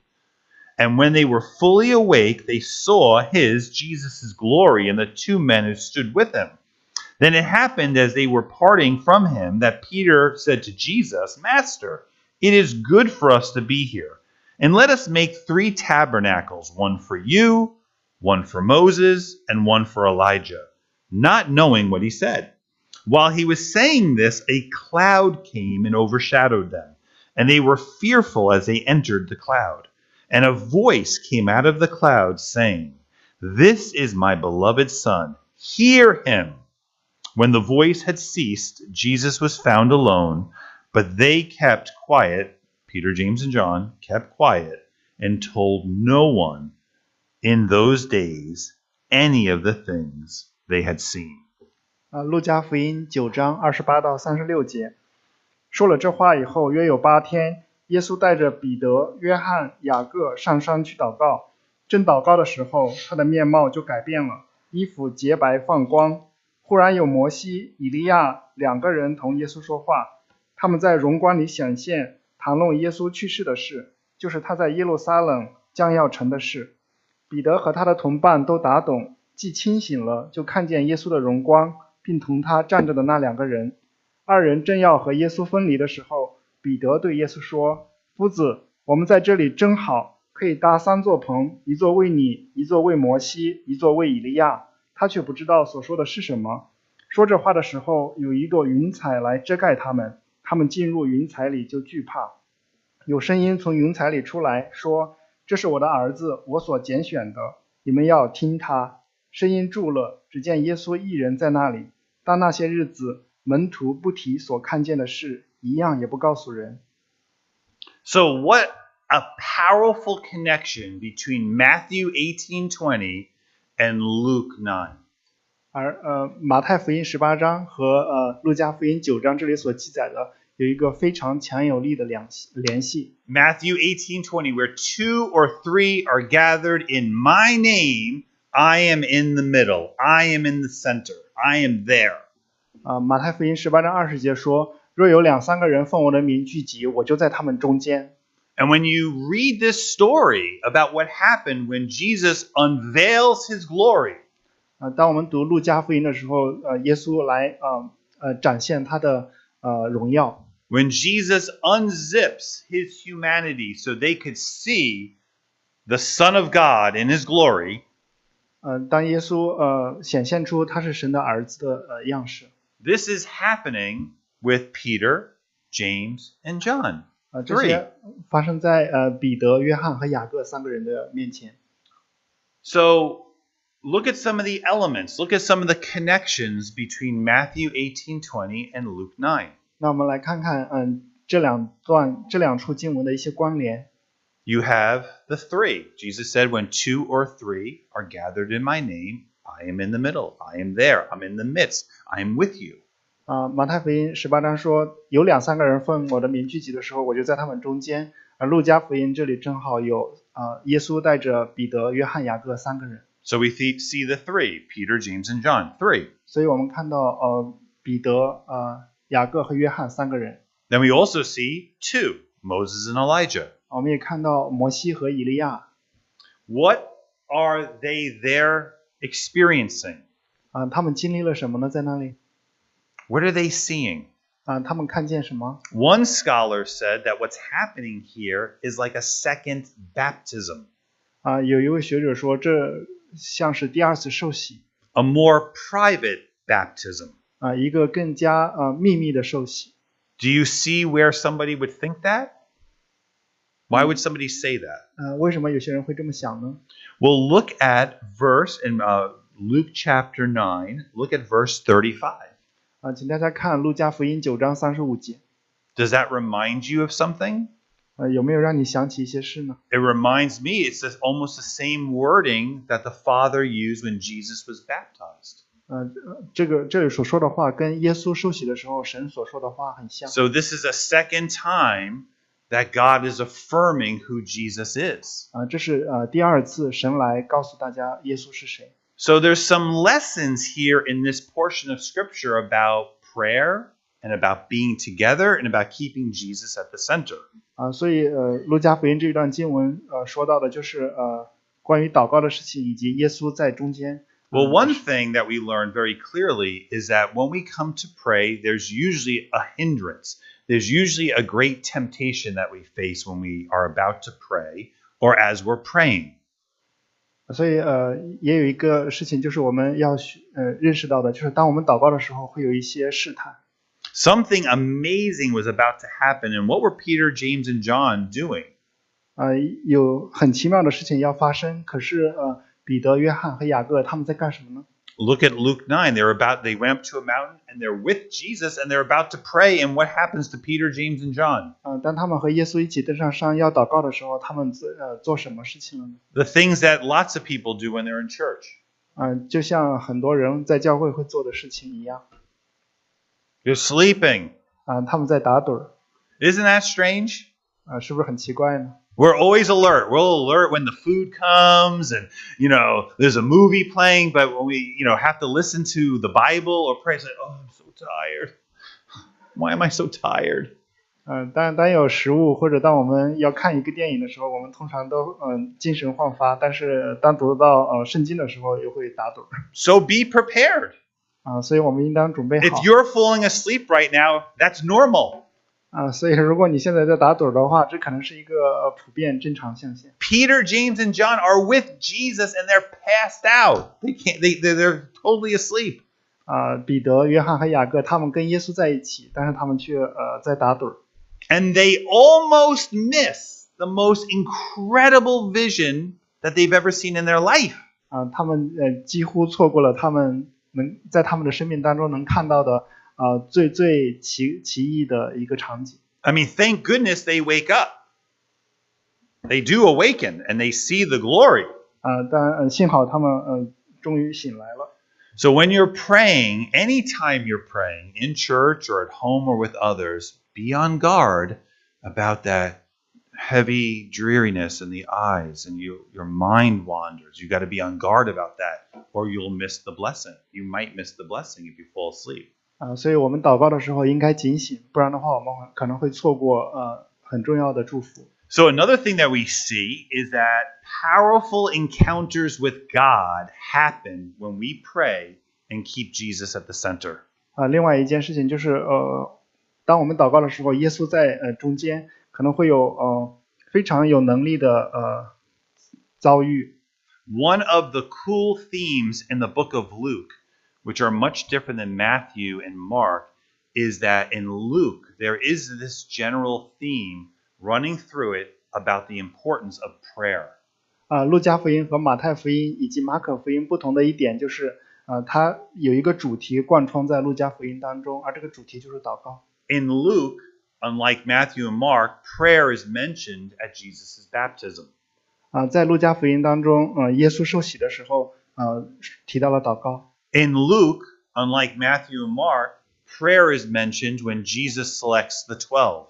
Speaker 1: And when they were fully awake, they saw his, Jesus' glory, and the two men who stood with him. Then it happened as they were parting from him that Peter said to Jesus, Master, it is good for us to be here. And let us make three tabernacles one for you, one for Moses, and one for Elijah, not knowing what he said. While he was saying this, a cloud came and overshadowed them, and they were fearful as they entered the cloud. And a voice came out of the cloud saying, This is my beloved Son, hear him. When the voice had ceased, Jesus was found alone, but they kept quiet. Peter, James, and John kept quiet and told no one in those days any of the things they had seen.
Speaker 2: 啊，路加福音九章二十八到三十六节，说了这话以后，约有八天，耶稣带着彼得、约翰、雅各上山去祷告。正祷告的时候，他的面貌就改变了，衣服洁白放光。忽然有摩西、以利亚两个人同耶稣说话，他们在荣光里显现，谈论耶稣去世的事，就是他在耶路撒冷将要成的事。彼得和他的同伴都打盹，既清醒了，就看见耶稣的荣光。并同他站着的那两个人。二人正要和耶稣分离的时候，彼得对耶稣说：“夫子，我们在这里真好，可以搭三座棚，一座为你，一座为摩西，一座为以利亚。”他却不知道所说的是什么。说这话的时候，有一朵云彩来遮盖他们，他们进入云彩里就惧怕。有声音从云彩里出来，说：“这是我的儿子，我所拣选的，你们要听他。”声音住了，只见耶稣一人在那里。但那些日子，门徒不提所看见的事，一样也不告诉人。
Speaker 1: So what a powerful connection between Matthew 18:20 and Luke 9.
Speaker 2: 而呃，马太福音十八章和呃路加福音九章这里所记载的，有一个非常强有力的联系联系。
Speaker 1: Matthew 18:20 where two or three are gathered in my name, I am in the middle. I am in the center. I am there.
Speaker 2: 啊、马太福音十八章二十节说：“若有两三个人奉我的名聚集，我就在他们中间。
Speaker 1: And when you read this story about what happened when Jesus unveils his glory, ”
Speaker 2: 啊、当我们读路加福音的时候，呃，耶稣来呃呃展现他的呃荣耀。
Speaker 1: when Jesus unzips his humanity so they could see the Son of God in his glory,
Speaker 2: 呃，当耶稣呃显现出他是神的儿子的呃样式。
Speaker 1: this is happening with Peter, James, and John.
Speaker 2: 啊，这些发生在呃彼得、约翰和雅各三个人的面前。
Speaker 1: So look at some of the elements, look at some of the connections between Matthew 18:20 and Luke 9.
Speaker 2: 那我们来看看，嗯，这两段这两处经文的一些关联。
Speaker 1: You have the three. Jesus said, When two or three are gathered in my name, I am in the middle. I am there. I'm in the midst. I am with you.
Speaker 2: 啊、马太福音十八章说，有两三个人奉我的名聚集的时候，我就在他们中间。而路加福音这里正好有啊、耶稣带着彼得、约翰、雅各三个人，
Speaker 1: So we th- see the three Peter, James, and John. Three.
Speaker 2: 所以我们看到呃彼得、呃雅各和约翰三个人。
Speaker 1: Then we also see two Moses and Elijah.
Speaker 2: 我们也看到摩西和以利亚，
Speaker 1: What are they there experiencing?
Speaker 2: 啊、他们经历了什么呢？在那里，
Speaker 1: What are they seeing?
Speaker 2: 啊、他们看见什么？
Speaker 1: One scholar said that what's happening here is like a second baptism,
Speaker 2: 啊，有一位学者说，这像是第二次受洗
Speaker 1: a more private baptism.
Speaker 2: 啊，一个更加呃秘密的受洗
Speaker 1: Do you see where somebody would think that? Why would somebody say that?
Speaker 2: 呃，为什么有些人会这么想呢？
Speaker 1: Well, look at verse in uh, Luke chapter 9, look at verse 35.
Speaker 2: 啊，请大家看《路加福音》九章三十五节，
Speaker 1: Does that remind you of something?
Speaker 2: 呃，有没有让你想起一些事呢？
Speaker 1: It reminds me it's just almost the same wording that the Father used when Jesus was baptized.
Speaker 2: 呃，这个这里所说的话跟耶稣受洗的时候神所说的话很像
Speaker 1: So this is a second time that God is affirming who Jesus is.
Speaker 2: 啊，这是呃第二次神来告诉大家耶稣是谁
Speaker 1: So there's some lessons here in this portion of scripture about prayer and about being together and about keeping Jesus at the center.
Speaker 2: 啊，所以呃，路加福音这一段经文呃说到的就是呃关于祷告的事情，以及耶稣在中间。啊
Speaker 1: Well, one thing that we learn very clearly is that when we come to pray, there's usually a hindrance. There's usually a great temptation that we face when we are about to pray or as we're praying.
Speaker 2: 所以呃，也有一个事情就是我们要学呃认识到的，就是当我们祷告的时候，会有一些试探。
Speaker 1: Something amazing was about to happen, and what were Peter, James, and John doing?
Speaker 2: 呃，有很奇妙的事情要发生，可是呃，彼得、约翰和雅各他们在干什么呢？
Speaker 1: Look at Luke 9. They're about they went up to a mountain and they're with Jesus and they're about to pray, and what happens to Peter, James, and John?
Speaker 2: 呃，当他们和耶稣一起登上山要祷告的时候，他们做呃做什么事情了呢？
Speaker 1: The things that lots of people do when they're in church.
Speaker 2: 嗯、就像很多人在教会会做的事情一样，
Speaker 1: You're sleeping.
Speaker 2: 啊、他们在打盹儿，
Speaker 1: Isn't that strange?
Speaker 2: 啊、是不是很奇怪呢？
Speaker 1: We're always alert. We'll alert when the food comes and, you know, there's a movie playing, but when we, you know, have to listen to the Bible or pray, it's like, oh, I'm so tired. Why am I so tired?
Speaker 2: 嗯、当当有食物或者当我们要看一个电影的时候，我们通常都嗯、精神焕发，但是当读到呃圣经的时候，又会打盹儿
Speaker 1: So be prepared.
Speaker 2: 啊、所以我们应当准备好
Speaker 1: If you're falling asleep right now, that's normal.
Speaker 2: 啊、所以如果你现在在打盹儿的话，这可能是一个呃普遍正常象限。
Speaker 1: Peter, James, and John are with Jesus and they're passed out. They can't, they, they're, they're totally asleep.
Speaker 2: 啊、彼得、约翰和雅各他们跟耶稣在一起，但是他们却呃在打盹儿。
Speaker 1: and they almost miss the most incredible vision that they've ever seen in their life.
Speaker 2: 啊、他们呃几乎错过了他们能在他们的生命当中能看到的啊、呃最最奇奇异的一个场景
Speaker 1: I mean, thank goodness they wake up. They do awaken and they see the glory.
Speaker 2: 啊、但呃幸好他们呃终于醒来了
Speaker 1: So when you're praying, anytime you're praying, in church or at home or with others, be on guard about that heavy dreariness in the eyes and you, your mind wanders. You got to be on guard about that or you'll miss the blessing. You might miss the blessing if you fall asleep.
Speaker 2: 啊、所以我们祷告的时候应该警醒，不然的话我们会可能会错过呃很重要的祝福。
Speaker 1: So, another thing that we see is that powerful encounters with God happen when we pray and keep Jesus at the center.
Speaker 2: 啊、另外一件事情就是呃，当我们祷告的时候，耶稣在呃中间可能会有呃非常有能力的呃遭遇。
Speaker 1: One of the cool themes in the book of Luke, which are much different than Matthew and Mark, is that in Luke, there is this general theme running through it about the importance of prayer.
Speaker 2: 啊、路加福音和马太福音以及马可福音不同的一点就是，啊，它有一个主题贯穿在路加福音当中，而这个主题就是祷告。
Speaker 1: In Luke, unlike Matthew and Mark, prayer is mentioned at Jesus' baptism.
Speaker 2: 啊、在路加福音当中，呃，耶稣受洗的时候，呃，提到了祷告。
Speaker 1: In Luke, unlike Matthew and Mark, prayer is mentioned when Jesus selects the 12.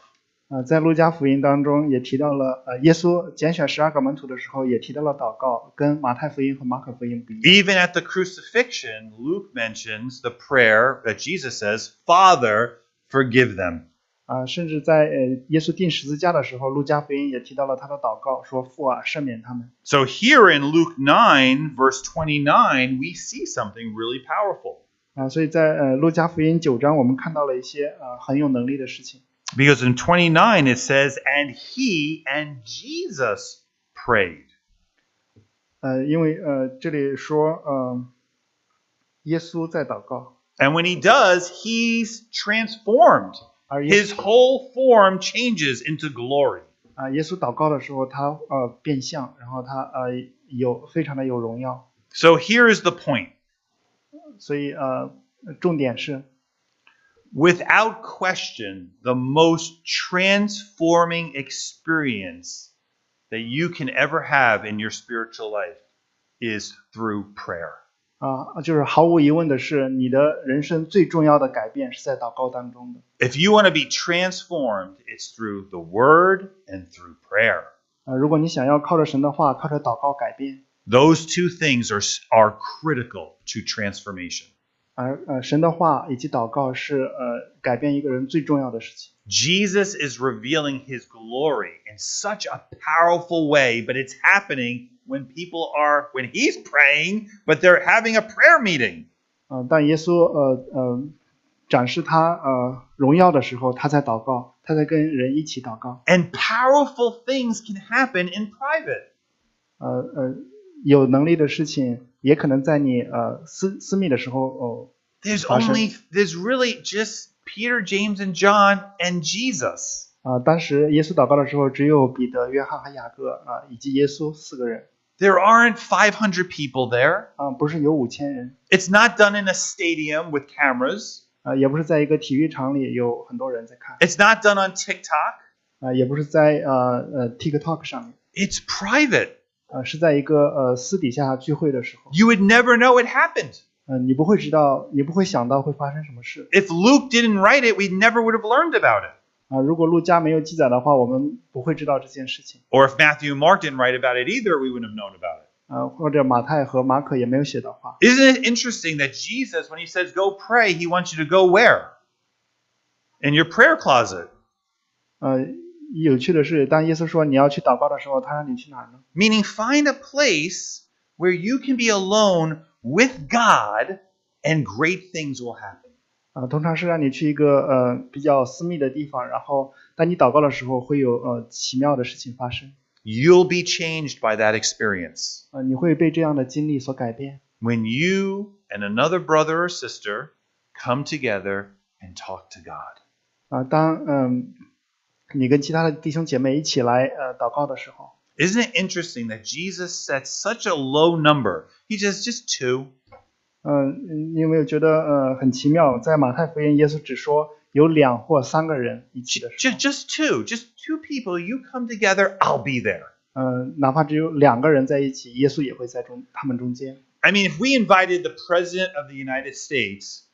Speaker 2: 啊、在路加福音当中也提到了，呃，耶稣拣选十二个门徒的时候也提到了祷告，跟马太福音和马可福音不一样。
Speaker 1: Even at the crucifixion, Luke mentions the prayer that Jesus says, Father, forgive them.
Speaker 2: 啊、甚至在呃耶稣钉十字架的时候，路加福音也提到了他的祷告，说父啊，赦免他们。
Speaker 1: So here in Luke 9, verse 29, we see something really powerful.
Speaker 2: 啊，所以在呃路加福音九章，我们看到了一些呃很有能力的事情。
Speaker 1: Because in 29 it says, And he and Jesus prayed.
Speaker 2: 呃，因为呃这里说，呃，耶稣在祷告，
Speaker 1: And when he does, he's transformed.
Speaker 2: 而耶
Speaker 1: His
Speaker 2: 稣
Speaker 1: whole form changes into glory.
Speaker 2: 啊、耶稣祷告的时候，他呃变相，然后他呃有非常的有荣耀，
Speaker 1: So here is the point.
Speaker 2: 所以呃重点是
Speaker 1: Without question, the most transforming experience that you can ever have in your spiritual life is through prayer.
Speaker 2: 啊、就是毫无疑问的是，你的人生最重要的改变是在祷告当中的。
Speaker 1: If you want to be transformed, it's through the word and through prayer.
Speaker 2: 啊，如果你想要靠着神的话，靠着祷告改变，
Speaker 1: Those two things are, are critical to transformation.
Speaker 2: 而呃，神的话以及祷告是呃改变一个人最重要的事情。
Speaker 1: Jesus is revealing his glory in such a powerful way, but it's happening when people are, when he's praying, but they're having a prayer meeting.
Speaker 2: 呃，但耶稣呃呃展示他呃荣耀的时候，他在祷告，他在跟人一起祷告。
Speaker 1: And powerful things can happen in private.
Speaker 2: 呃呃，有能力的事情也可能在你呃私私密的时候哦、
Speaker 1: There's
Speaker 2: Passion.
Speaker 1: only, there's really just Peter, James, and John and Jesus.
Speaker 2: 啊，当时耶稣祷告的时候，只有彼得、约翰和雅各啊，以及耶稣四个人
Speaker 1: There aren't 500 people there.
Speaker 2: 啊，不是有五千人
Speaker 1: It's not done in a stadium with cameras.
Speaker 2: 啊，也不是在一个体育场里有很多人在看
Speaker 1: It's not done on TikTok.
Speaker 2: 啊，也不是在呃呃 TikTok 上面
Speaker 1: It's private.
Speaker 2: 啊，是在一个呃私底下聚会的时候，
Speaker 1: You would never know it happened.
Speaker 2: 嗯、你不会知道，你不会想到会发生什么事
Speaker 1: If Luke didn't write it, we never would have learned about it.
Speaker 2: 啊。如果陆家没有记载的话，我们不会知道这件事情
Speaker 1: Or if Matthew and Mark didn't write about it either, we wouldn't have known about it.
Speaker 2: 啊，或者马太和马可也没有写的话
Speaker 1: Isn't it interesting that Jesus, when he says go pray, he wants you to go where? In your prayer closet.
Speaker 2: 呃，有趣的是，当耶稣说你要去祷告的时候，他让你去哪儿呢？
Speaker 1: Meaning, find a place where you can be alone with God and great things will happen.
Speaker 2: 啊，通常是让你去一个呃比较私密的地方，然后当你祷告的时候，会有呃奇妙的事情发生，
Speaker 1: You'll be changed by that experience.
Speaker 2: 呃，你会被这样的经历所改变。
Speaker 1: When you and another brother or sister come together and talk to God.
Speaker 2: 啊、当嗯、你跟其他的弟兄姐妹一起来呃祷告的时候，
Speaker 1: Isn't it interesting that Jesus set such a low number? He says just two.
Speaker 2: 嗯、你有没有觉得呃很奇妙？在马太福音，耶稣只说有两或三个人一起的时
Speaker 1: Just,
Speaker 2: 候，
Speaker 1: just two, just two people. You come together, I'll be there.
Speaker 2: 嗯、哪怕只有两个人在一起，耶稣也会在中他们中间。
Speaker 1: I mean, if we invited the president of the United States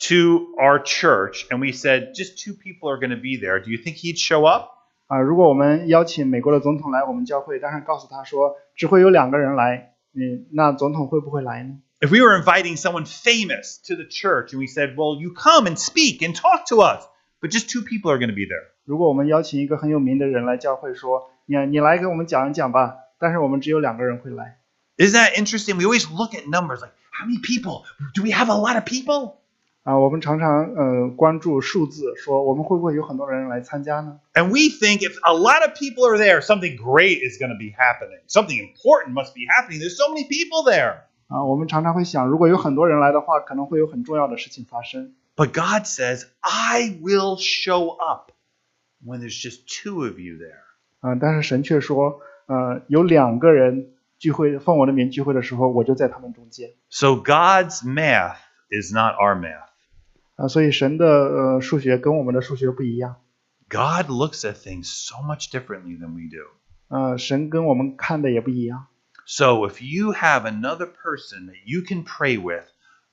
Speaker 1: to our church and we said just two people are going to be there, do you think he'd show up?
Speaker 2: 啊、如果我们邀请美国的总统来我们教会，但是告诉他说只会有两个人来，嗯，那总统会不会来呢？
Speaker 1: If we were inviting someone famous to the church and we said, well, you come and speak and talk to us, but just two people are going to be there,
Speaker 2: 如果我们邀请一个很有名的人来教会说，你你来给我们讲一讲吧，但是我们只有两个人会来。
Speaker 1: isn't that interesting? We always look at numbers like, how many people? Do we have a lot of people?
Speaker 2: 啊，我们常常呃关注数字，说我们会不会有很多人来参加呢？
Speaker 1: And we think if a lot of people are there, something great is going to be happening. Something important must be happening. There's so many people there.
Speaker 2: 啊，我们常常会想，如果有很多人来的话，可能会有很重要的事情发生。
Speaker 1: But God says, I will show up when there's just two of you there.
Speaker 2: 啊，但是神却说，呃，有两个人聚会，奉我的名聚会的时候，我就在他们中间。
Speaker 1: So God's math is not our math.
Speaker 2: 啊，所以神的呃数学跟我们的数学不一样。
Speaker 1: God looks at things so much differently than we do.
Speaker 2: 呃，神跟我们看的也不一样。
Speaker 1: So if you have another person that you can pray with,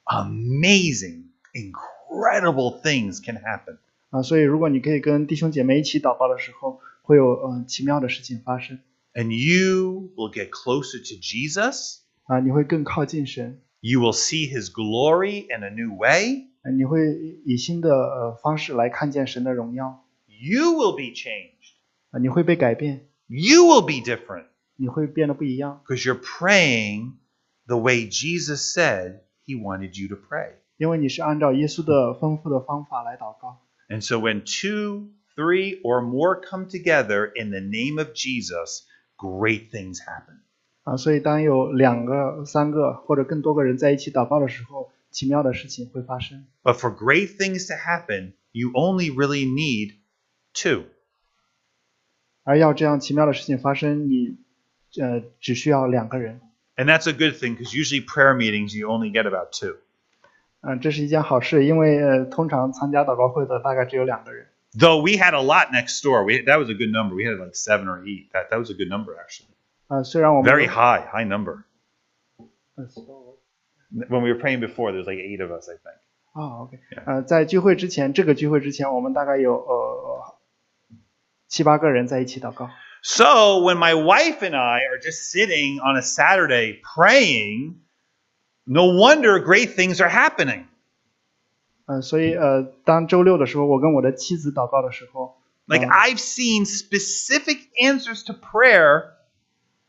Speaker 1: amazing, incredible things can happen.
Speaker 2: 啊，所以如果你可以跟弟兄姐妹一起祷告的时候，会有嗯、呃、奇妙的事情发生
Speaker 1: And you will get closer to Jesus
Speaker 2: 啊，你会更靠近神，
Speaker 1: You will see his glory in a new way.
Speaker 2: 啊你会以新的呃方式来看见神的荣耀
Speaker 1: You will be changed.
Speaker 2: 啊，你会被改变，
Speaker 1: You will be different
Speaker 2: 你会变得不一样，
Speaker 1: because you're praying the way Jesus said he wanted you to pray.
Speaker 2: 因为你是按照耶稣的丰富的方法来祷告
Speaker 1: And so when two, three, or more come together in the name of Jesus, great things happen.
Speaker 2: 啊，所以当有两个、三个或者更多个人在一起祷告的时候，奇妙的事情会发生
Speaker 1: But for great things to happen, you only really need two.
Speaker 2: 而要这样奇妙的事情发生，你呃只需要两个人，
Speaker 1: And that's a good thing because usually prayer meetings you only get about two.
Speaker 2: 嗯、这是一件好事，因为呃通常参加祷告会的大概只有两个人。
Speaker 1: Though we had a lot next door. We that was a good number. We had like seven or eight. That that was a good number actually.
Speaker 2: 啊，虽然我们
Speaker 1: Very high, high number.
Speaker 2: 嗯
Speaker 1: When we were praying before, there was like eight of us, I think.
Speaker 2: 啊，OK，
Speaker 1: Yeah.
Speaker 2: 呃，在聚会之前，这个聚会之前，我们大概有呃七八个人在一起祷告。
Speaker 1: So when my wife and I are just sitting on a Saturday praying, no wonder great things are happening.
Speaker 2: 嗯、所以呃，当周六的时候，我跟我的妻子祷告的时候，
Speaker 1: Like
Speaker 2: Um,
Speaker 1: I've seen specific answers to prayer,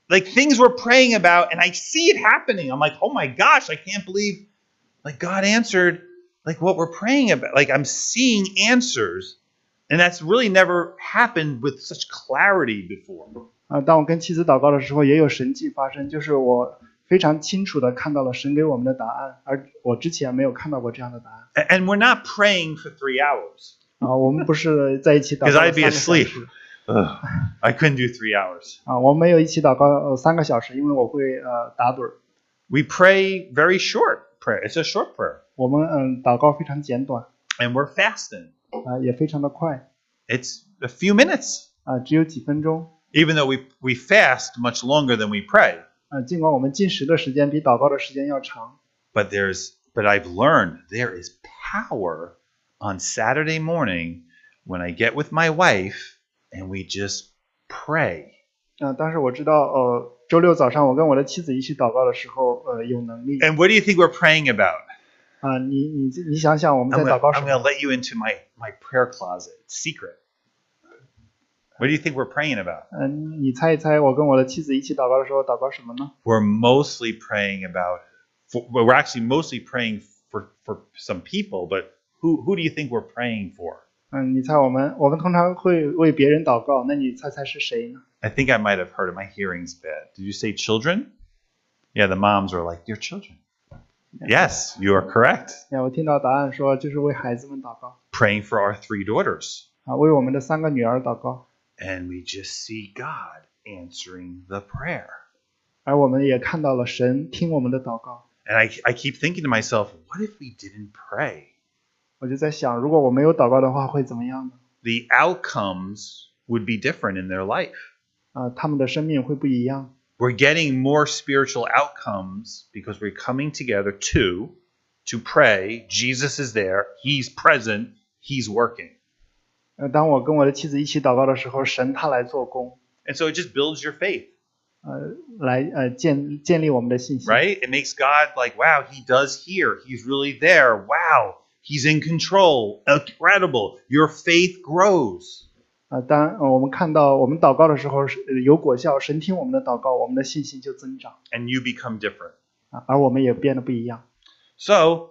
Speaker 1: like things we're praying about, and I see it happening. I'm like, oh my gosh, I can't believe like God answered like what we're praying about. Like I'm seeing answers. And that's really never happened with such clarity before.
Speaker 2: 啊、当我跟妻子祷告的时候，也有神迹发生，就是我非常清楚的看到了神给我们的答案，而我之前没有看到过这样的答案。
Speaker 1: A- And we're not praying for three hours.
Speaker 2: 啊、我们不是在一起祷
Speaker 1: Because
Speaker 2: 告
Speaker 1: I'd
Speaker 2: 了
Speaker 1: be
Speaker 2: 三个小
Speaker 1: asleep.
Speaker 2: 时
Speaker 1: Ugh, I couldn't do three hours.
Speaker 2: 啊、我们没有一起祷告呃三个小时，因为我会呃打盹儿。
Speaker 1: We pray very short prayer. It's a short prayer.
Speaker 2: 我们嗯祷告非常简短
Speaker 1: And we're fasting.
Speaker 2: 啊、也非常的快
Speaker 1: It's a few minutes.
Speaker 2: 啊、只有几分钟
Speaker 1: even though we, we fast much longer than we pray
Speaker 2: 啊、尽管我们进食的时间比祷告的时间要长
Speaker 1: but there's but i've learned there is power on saturday morning when i get with my wife and we just pray
Speaker 2: 啊、但是我知道呃周六早上我跟我的妻子一起祷告的时候呃有能力
Speaker 1: and what do you think we're praying about
Speaker 2: 啊、你你你想想我
Speaker 1: i'm
Speaker 2: 们在
Speaker 1: gonna,
Speaker 2: 祷告什
Speaker 1: I'm
Speaker 2: 么
Speaker 1: gonna let you into my my prayer closet It's secret what do you think we're praying about
Speaker 2: 嗯、你猜一猜我跟我的妻子一起祷告的时候祷告什么呢？
Speaker 1: we're mostly praying about for, well, we're actually mostly praying for for some people but who who do you think we're praying for
Speaker 2: 嗯，你猜我们我们通常会为别人祷告，那你猜猜是谁呢？
Speaker 1: I think I might have heard it. My hearing's bad. Did you say children? Yeah, the moms were like, "Your children." Yes, you are correct.
Speaker 2: 哎呀，我听到答案说就是为孩子们祷告
Speaker 1: Praying for our three daughters,
Speaker 2: 啊，为我们的三个女儿祷告，
Speaker 1: and we just see God answering the prayer.
Speaker 2: 而我们也看到了神听我们的祷告。
Speaker 1: And I, I keep thinking to myself, what if we didn't pray?
Speaker 2: 我就在想，如果我没有祷告的话，会怎么样呢？
Speaker 1: The outcomes would be different in their life.
Speaker 2: 啊、他们的生命会不一样。
Speaker 1: We're getting more spiritual outcomes because we're coming together to to pray. Jesus is there. He's present. He's working.
Speaker 2: 呃，当我跟我的妻子一起祷告的时候，神他来做工，
Speaker 1: And so it just builds your faith,
Speaker 2: 呃，来呃建建立我们的信心。
Speaker 1: right? It makes God like, wow, he does here. He's really there. Wow, he's in control. Incredible. Your faith grows.
Speaker 2: 啊、当、呃我们看到我们祷告的时候是、呃有果效，神听我们的祷告，我们的信心就增长
Speaker 1: And you become different.
Speaker 2: 啊、而我们也变得不一样
Speaker 1: So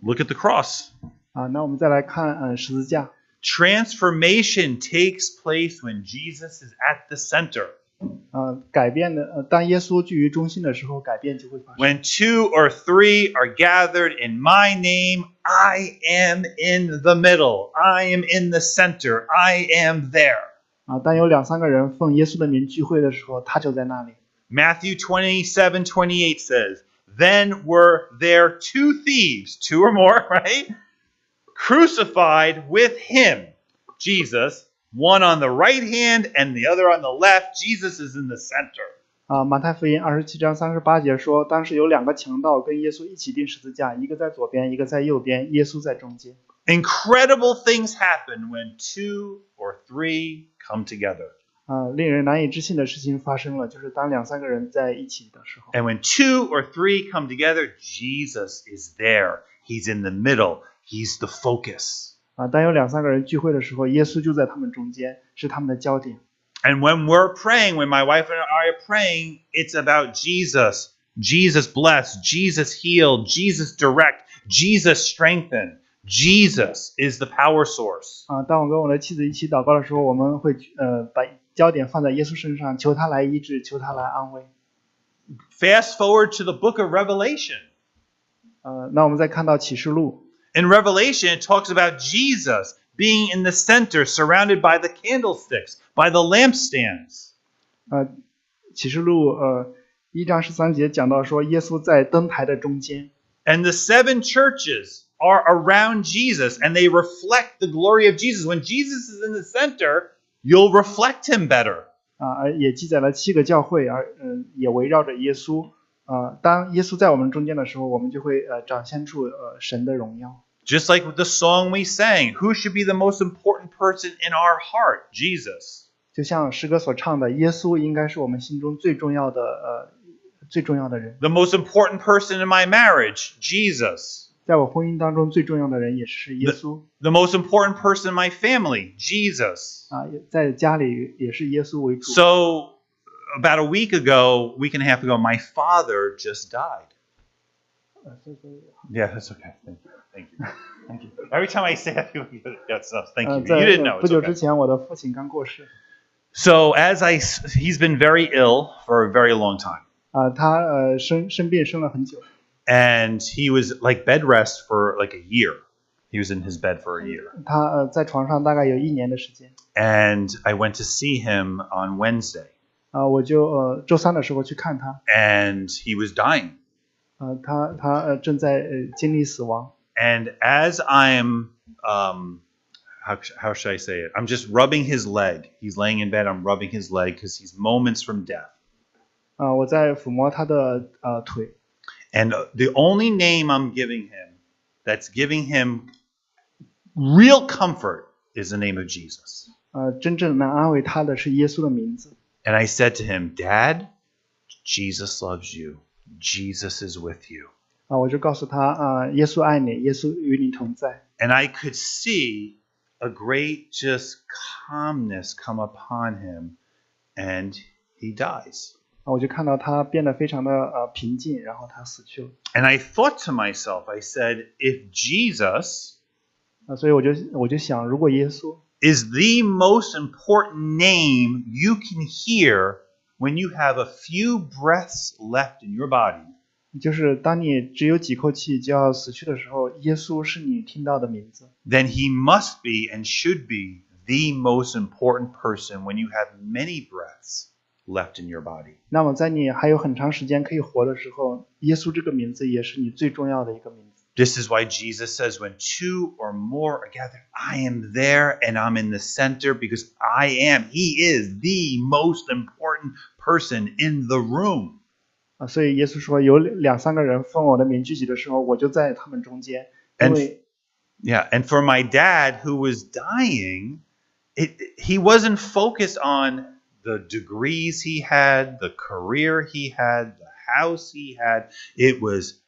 Speaker 1: look at the cross.
Speaker 2: 啊、那我们再来看，嗯、十字架
Speaker 1: Transformation takes place when Jesus is at the center.
Speaker 2: 啊、改变的，呃，当耶稣居于中心的时候，改变就会发生。
Speaker 1: When two or three are gathered in my name, I am in the middle. I am in the center. I am there.
Speaker 2: 啊、当有两三个人奉耶稣的名聚会的时候，他就在那里。
Speaker 1: Matthew 27 28 says, Then were there two thieves, two or more, right? Crucified with him, Jesus, one on the right hand and the other on the left. Jesus is in the center.
Speaker 2: 啊，马太福音二十七章三十八节说，当时有两个强盗跟耶稣一起钉十字架，一个在左边，一个在右边，耶稣在中间。
Speaker 1: Incredible things happen when two or three come together.
Speaker 2: 啊，令人难以置信的事情发生了，就是当两三个人在一起的时候，
Speaker 1: And when two or three come together, Jesus is there. He's in the middle, He's the focus.
Speaker 2: 啊，当有两三个人聚会的时候，耶稣就在他们中间，是他们的焦点。
Speaker 1: And when we're praying, when my wife and I are praying, it's about Jesus. Jesus bless, Jesus heal, Jesus direct, Jesus strengthen. Jesus is the power source.
Speaker 2: 啊，当我跟我的妻子一起祷告的时候，我们会呃把焦点放在耶稣身上，求他来医治，求他来安慰。
Speaker 1: Fast forward to the book of Revelation.
Speaker 2: 呃，那我们再看到启示录，
Speaker 1: In Revelation, it talks about Jesus being in the center, surrounded by the candlesticks, by the lampstands.
Speaker 2: 呃，启示录呃一章十三节讲到说，耶稣在灯台的中间。
Speaker 1: And the seven churches are around Jesus and they reflect the glory of Jesus. When Jesus is in the center, you'll reflect him better.
Speaker 2: 啊，而也记载了七个教会，而嗯、也围绕着耶稣。啊，当耶稣在我们中间的时候，我们就会呃展现出呃神的荣耀。
Speaker 1: Just like with the song we sang, who should be the most important person in our heart? Jesus.
Speaker 2: 就像诗歌所唱的，耶稣应该是我们心中最重要的呃最重要的人。
Speaker 1: The most important person in my marriage? Jesus.
Speaker 2: 在我婚姻当中最重要的人也是耶稣
Speaker 1: The most important person in my family, Jesus.
Speaker 2: 啊，也在家里也是耶稣为主。
Speaker 1: So, about a week ago, week and a half ago, my father just died.
Speaker 2: 呃所以说
Speaker 1: Yeah, that's okay. Thank you. Thank you. Thank you. Every time I say that, people get it. Yes, no, thank you.
Speaker 2: 呃
Speaker 1: You didn't
Speaker 2: 在
Speaker 1: know.
Speaker 2: 不
Speaker 1: It's
Speaker 2: 久之
Speaker 1: okay.
Speaker 2: 前，我的父亲刚过世，
Speaker 1: So, as I, s- he's been very ill for a very long time.
Speaker 2: 啊，他呃生生病生了很久，
Speaker 1: And he was like bed rest for like a year. He was in his bed for a year.
Speaker 2: 他呃在床上大概有一年的时间。
Speaker 1: And I went to see him on Wednesday.
Speaker 2: 啊、我就呃周三的时候去看他，
Speaker 1: And he was dying.
Speaker 2: 呃，他他呃正在呃经历死亡，
Speaker 1: And as I'm, um, how, how should I say it? I'm just rubbing his leg. He's laying in bed. I'm rubbing his leg because he's moments from death.
Speaker 2: 啊、我在抚摸他的呃腿，
Speaker 1: And uh, the only name I'm giving him that's giving him real comfort is the name of Jesus.
Speaker 2: 呃，真正能安慰他的是耶稣的名字。
Speaker 1: And I said to him, Dad, Jesus loves you. Jesus is with you.
Speaker 2: 啊、我就告诉他啊、耶稣爱你，耶稣与你同在。
Speaker 1: And I could see a great just calmness come upon him, and he dies.
Speaker 2: 啊、我就看到他变得非常的呃平静，然后他死去了。
Speaker 1: And I thought to myself, I said, if Jesus
Speaker 2: 啊、所以我就我就想，如果耶稣
Speaker 1: is the most important name you can hear when you have a few breaths left in your body,
Speaker 2: 就是当你只有几口气就要死去的时候，耶稣是你听到的名字，
Speaker 1: then he must be and should be the most important person when you have many breaths left in your body.
Speaker 2: 那么在你还有很长时间可以活的时候，耶稣这个名字也是你最重要的一个名字。
Speaker 1: This is why Jesus says, when two or more are gathered, I am there and I'm in the center because I am, he is the most important person in the room.
Speaker 2: 啊，所以耶稣说，有两三个人奉我的名聚集的时候，我就在他们中间。因
Speaker 1: And-
Speaker 2: 为
Speaker 1: Yeah, and for my dad who was dying, it, he wasn't focused on the degrees he had, the career he had, the house he had. It was,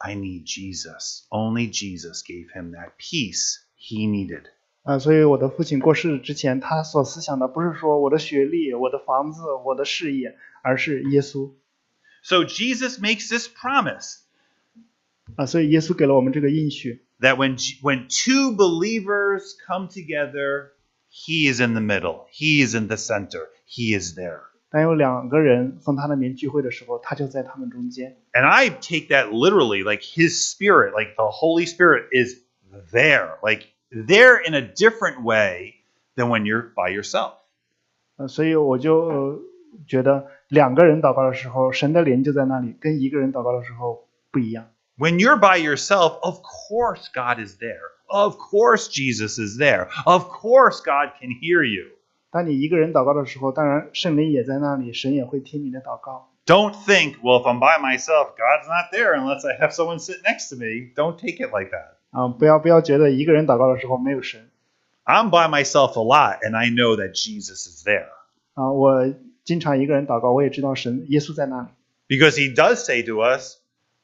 Speaker 1: I need Jesus. Only Jesus gave him that peace he needed.
Speaker 2: 啊、所以我的父亲过世之前，他所思想的不是说我的学历、我的房子、我的事业，而是耶稣
Speaker 1: So Jesus makes this promise
Speaker 2: 啊、所以耶稣给了我们这个应许
Speaker 1: that when J- when two believers come together, he is in the middle. He is in the center. He is there.
Speaker 2: 当有两个人奉他的名聚会的时候，他就在他们中间。
Speaker 1: And I take that literally, like his spirit, like the Holy Spirit is there, like there in a different way than when you're by yourself.
Speaker 2: 呃，所以我就、呃、觉得两个人祷告的时候，神的灵就在那里，跟一个人祷告的时候不一样。
Speaker 1: When you're by yourself, of course God is there. Of course Jesus is there. Of course God can hear you.
Speaker 2: 当你一个人祷告的时候，当然圣灵也在那里，神也会听你的祷告。
Speaker 1: Don't think, well, if I'm by myself, God's not there unless I have someone sit next to me. Don't take it like that.
Speaker 2: 啊、不要不要觉得一个人祷告的时候没有神
Speaker 1: I'm by myself a lot, and I know that Jesus is there.
Speaker 2: 啊、我经常一个人祷告，我也知道神耶稣在那里
Speaker 1: Because he does say to us,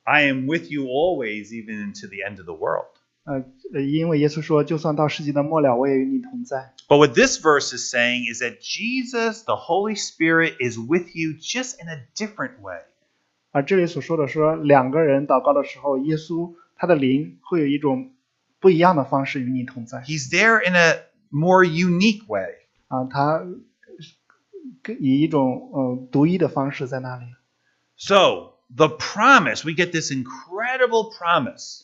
Speaker 1: I am with you always, even into the end of the world.
Speaker 2: 呃。呃，因为耶稣说，就算到世界的末了，我也与你同在。
Speaker 1: But what this verse is saying is that Jesus, the Holy Spirit, is with you just in a different way.
Speaker 2: 而这里所说的说，两个人祷告的时候，耶稣他的灵会有一种不一样的方式与你同在。
Speaker 1: He's there in a more unique way.
Speaker 2: 啊，他跟以一种呃独一的方式在那里。
Speaker 1: So, the promise, we get this incredible promise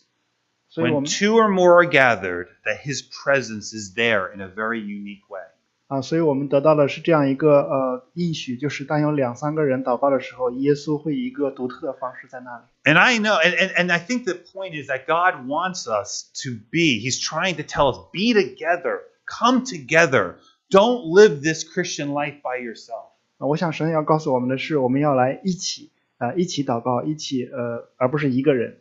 Speaker 2: 所以
Speaker 1: when
Speaker 2: 我们
Speaker 1: two or more are gathered that his presence is there in a very unique way.
Speaker 2: 啊，所以我们得到的是这样一个呃应许，就是当有两三个人祷告的时候，耶稣会以一个独特的方式在那里。
Speaker 1: And I know, and, and, and I think the point is that God wants us to be, He's trying to tell us, be together, come together. Don't live this Christian life by yourself.
Speaker 2: 啊我想神要告诉我们的是，我们要来一起啊、一起祷告，一起呃，而不是一个人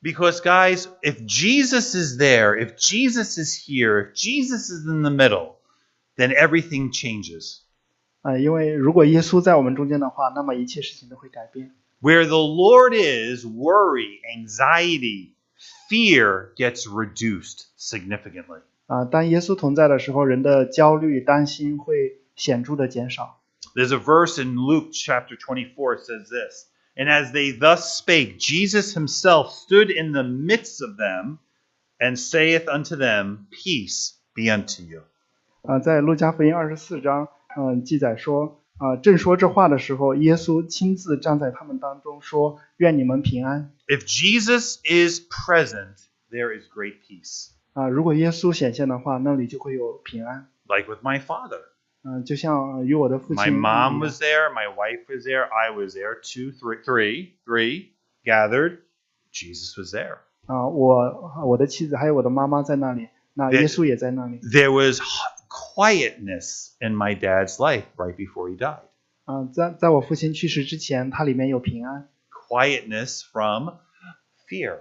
Speaker 1: Because, guys, if Jesus is there, if Jesus is here, if Jesus is in the middle, then everything changes.
Speaker 2: 啊、因为如果耶稣在我们中间的话，那么一切事情都会改变。
Speaker 1: Where the Lord is, worry, anxiety, fear gets reduced significantly.
Speaker 2: 啊。当耶稣同在的时候，人的焦虑、担心会显著的减少。
Speaker 1: There's a verse in Luke chapter 24 it says this, and as they thus spake, Jesus himself stood in the midst of them and saith unto them, peace be unto you.
Speaker 2: 啊，在路加福音二十四章，嗯、记载说，啊，正说这话的时候，耶稣亲自站在他们当中说：“愿你们平安。
Speaker 1: If Jesus is present, there is great peace, ”
Speaker 2: 啊，如果耶稣显现的话，那里就会有平安。
Speaker 1: like with my father.
Speaker 2: 嗯、就像呃与我的父亲
Speaker 1: My
Speaker 2: 一样。
Speaker 1: mom was there. My wife was there. I was there. Two, three, three, three gathered. Jesus was there.
Speaker 2: 啊，我我的妻子还有我的妈妈在那里，那
Speaker 1: 对
Speaker 2: 耶稣也在那里
Speaker 1: There was h- quietness in my dad's life right before he died.
Speaker 2: 啊，在在我父亲去世之前，它里面有平安
Speaker 1: Quietness from fear.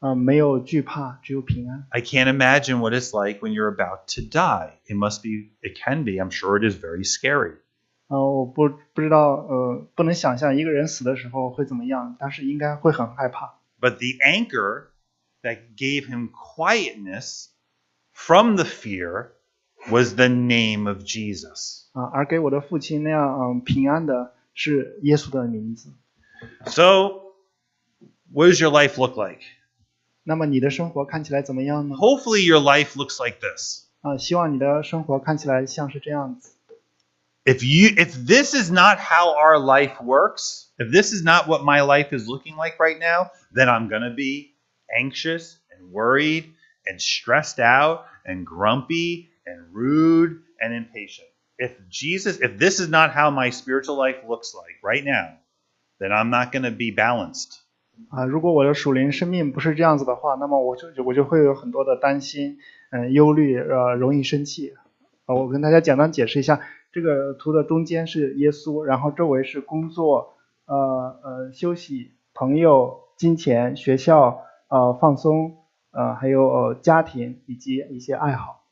Speaker 2: 啊，没有惧怕，只有平安
Speaker 1: I can't imagine what it's like when you're about to die. It must be, it can be, I'm sure it is very scary.
Speaker 2: 啊，我不不知道呃，不能想象一个人死的时候会怎么样，但是应该会很害怕
Speaker 1: But the anchor that gave him quietness from the fear was the name of Jesus.
Speaker 2: 啊。而给我的父亲那样嗯平安的是耶稣的名字。
Speaker 1: So, what does your life look like?
Speaker 2: 那么你的生活看起来怎么样呢？
Speaker 1: Hopefully, your life looks like this.
Speaker 2: 啊，希望你的生活看起来像是这样子。
Speaker 1: If you, if this is not how our life works, if this is not what my life is looking like right now, then I'm gonna be anxious and worried and stressed out and grumpy and rude and impatient. If Jesus, if this is not how my spiritual life looks like right now, then I'm not gonna be balanced.
Speaker 2: 啊，如果我的属灵生命不是这样子的话，那么我就我就会有很多的担心，嗯、忧虑，呃，容易生气。啊，我跟大家简单解释一下，这个图的中间是耶稣，然后周围是工作，呃呃，休息、朋友、金钱、学校，呃，放松，呃，还有、呃、家庭以及一些爱好。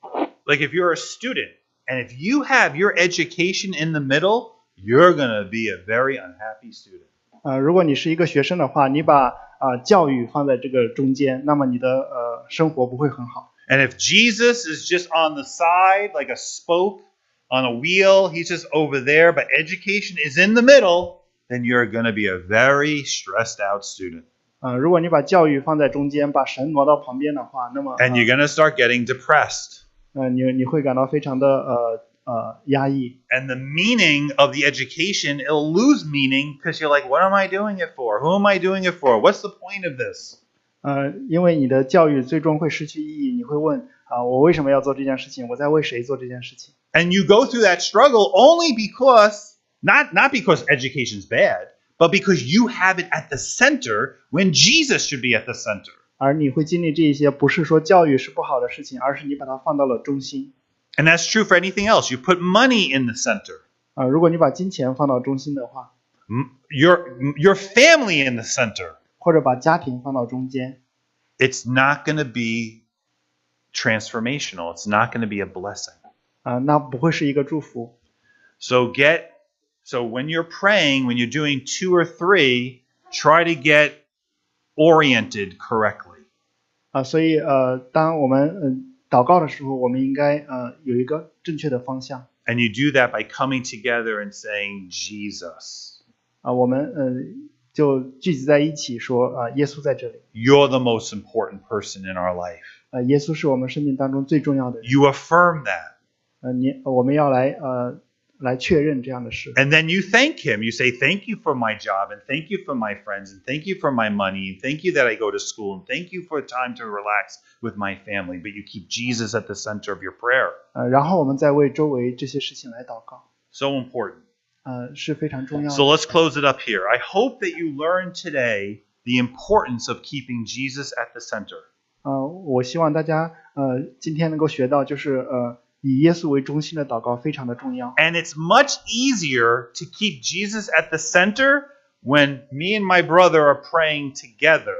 Speaker 1: Like if you're a student and if you have your education in the middle, you're going to be a very unhappy student.
Speaker 2: 呃，如果你是一个学生的话，你把啊、教育放在这个中间，那么你的呃生活不会很好。
Speaker 1: And if Jesus is just on the side, like a spoke on a wheel, he's just over there, but education is in the middle, then you're going to be a very stressed out student.
Speaker 2: 呃，如果你把教育放在中间，把神挪到旁边的话，那么
Speaker 1: And you're going to start getting depressed.
Speaker 2: 呃，你你会感到非常的呃呃压抑
Speaker 1: And the meaning of the education, it'll lose meaning because you're like, what am I doing it for? Who am I doing it for? What's the point of this?
Speaker 2: 呃，因为你的教育最终会失去意义，你会问啊、我为什么要做这件事情？我在为谁做这件事情？
Speaker 1: and you go through that struggle only because not not because education's bad but because you have it at the center when jesus should be at the center
Speaker 2: 而你会经历这一些，不是说教育是不好的事情，而是你把它放到了中心
Speaker 1: and that's true for anything else you put money in the center
Speaker 2: 啊、如果你把金钱放到中心的话，
Speaker 1: m- your your family in the center
Speaker 2: 或者把家庭放到中间，
Speaker 1: it's not going to be transformational it's not going to be a blessing
Speaker 2: 啊、那不会是一个祝福。
Speaker 1: So get so when you're praying, when you're doing two or three, try to get oriented correctly.
Speaker 2: 啊，所以呃，当我们嗯、祷告的时候，我们应该呃有一个正确的方向。
Speaker 1: And you do that by coming together and saying Jesus.
Speaker 2: 啊，我们呃就聚集在一起说啊，耶稣在这里，
Speaker 1: You're the most important person in our life.
Speaker 2: 呃，耶稣是我们生命当中最重要的人，
Speaker 1: You affirm that.
Speaker 2: 呃，你我们要来呃来确认这样的事，
Speaker 1: And then you thank him. You say, Thank you for my job, and thank you for my friends, and thank you for my money, and thank you that I go to school, and thank you for time to relax with my family. But you keep Jesus at the center of your prayer.
Speaker 2: 呃，然后我们再为周围这些事情来祷告，
Speaker 1: So important.
Speaker 2: 呃，是非常重要
Speaker 1: So
Speaker 2: 的。
Speaker 1: let's close it up here. I hope that you learned today the importance of keeping Jesus at the center.
Speaker 2: 呃，我希望大家呃今天能够学到，就是呃以耶稣为中心的祷告非常的重要。
Speaker 1: And it's much easier to keep Jesus at the center when me and my brother are praying together.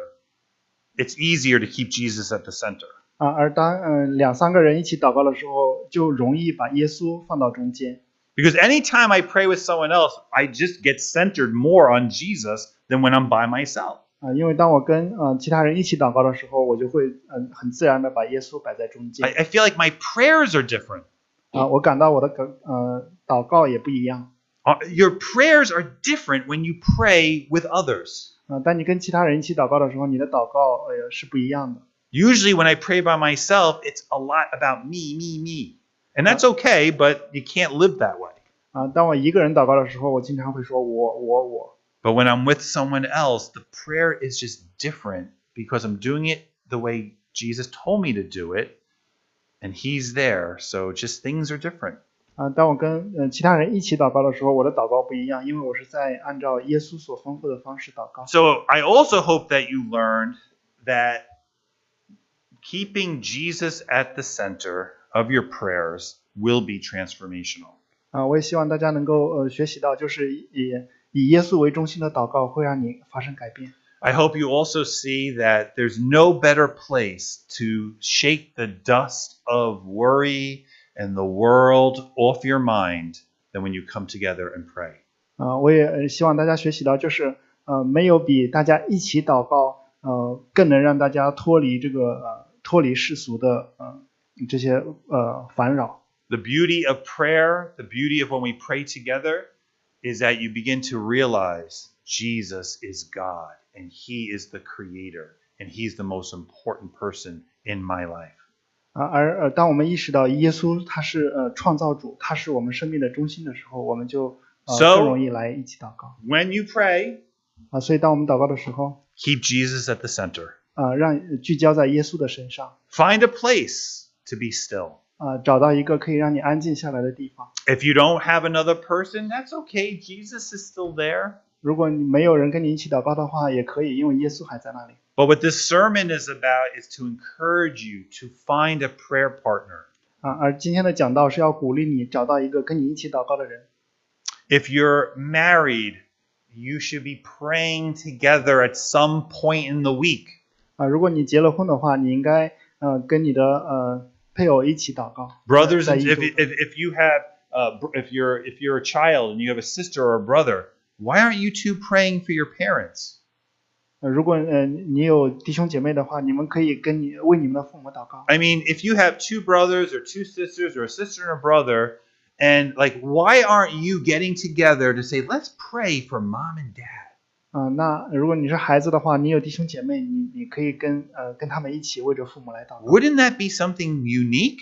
Speaker 1: It's easier to keep Jesus at the center.
Speaker 2: 啊，而当嗯、呃两三个人一起祷告的时候，就容易把耶稣放到中间。
Speaker 1: Because anytime I pray with someone else, I just get centered more on Jesus than when I'm by myself.
Speaker 2: 啊、因为当我跟啊、呃其他人一起祷告的时候，我就会嗯、很自然的把耶稣摆在中间
Speaker 1: I, I feel like my prayers are different.
Speaker 2: 啊、我感到我的祷呃祷告也不一样
Speaker 1: Uh, Your prayers are different when you pray with others.
Speaker 2: 啊、当你跟其他人一起祷告的时候，你的祷告呃是不一样的
Speaker 1: Usually, when I pray by myself, it's a lot about me, me, me. And that's okay, but you can't live that way.
Speaker 2: 啊、当我一个人祷告的时候，我经常会说我我我
Speaker 1: But when I'm with someone else, the prayer is just different because I'm doing it the way Jesus told me to do it, and He's there. So just things are different.
Speaker 2: 啊、当我跟呃其他人一起祷告的时候，我的祷告不一样，因为我是在按照耶稣所吩咐的方式祷告。
Speaker 1: So I also hope that you learned that keeping Jesus at the center of your prayers will be transformational.
Speaker 2: 啊，我也希望大家能够呃学习到，就是以以耶稣为中心的祷告会让你发生改变。
Speaker 1: I hope you also see that there's no better place to shake the dust of worry and the world off your mind than when you come together and pray.
Speaker 2: 啊、我也呃希望大家学习到，就是呃没有比大家一起祷告呃更能让大家脱离这个呃脱离世俗的呃这些呃烦扰。
Speaker 1: The beauty of prayer, the beauty of when we pray together, is that you begin to realize Jesus is God and He is the Creator and He's the most important person in my life.
Speaker 2: 啊，而呃，当我们意识到耶稣他是呃创造主，他是我们生命的中心的时候，我们就呃
Speaker 1: So-
Speaker 2: 更容易来一起祷告
Speaker 1: When you pray,
Speaker 2: 啊。所以，当我们祷告的时候，
Speaker 1: keep Jesus at the center.
Speaker 2: 啊，让聚焦在耶稣的身上，
Speaker 1: Find a place to be still.
Speaker 2: 啊，找到一个可以让你安静下来的地方。
Speaker 1: If you don't have another person, that's okay. Jesus is still there.
Speaker 2: 如果你没有人跟你一起祷告的话，也可以，因为耶稣还在那里。
Speaker 1: But what this sermon is about is to encourage you to find a prayer partner.
Speaker 2: 啊，而今天的讲道是要鼓励你找到一个跟你一起祷告的人。
Speaker 1: If you're married, you should be praying together at some point in the week.
Speaker 2: 啊，如果你结了婚的话，你应该呃跟你的呃配偶一起祷告。
Speaker 1: Brothers,
Speaker 2: That
Speaker 1: and
Speaker 2: you
Speaker 1: if,
Speaker 2: do.
Speaker 1: if, if you have uh, br- if you're if you're a child and you have a sister or a brother, why aren't you two praying for your parents?
Speaker 2: 呃如果呃你有弟兄姐妹的话，你们可以跟你为你们的父母祷告。
Speaker 1: I mean, if you have two brothers or two sisters or a sister and a brother, and like, why aren't you getting together to say, let's pray for mom and dad?
Speaker 2: 啊、那如果你是孩子的话，你有弟兄姐妹，你你可以跟呃跟他们一起为着父母来祷告。
Speaker 1: Wouldn't that be something unique?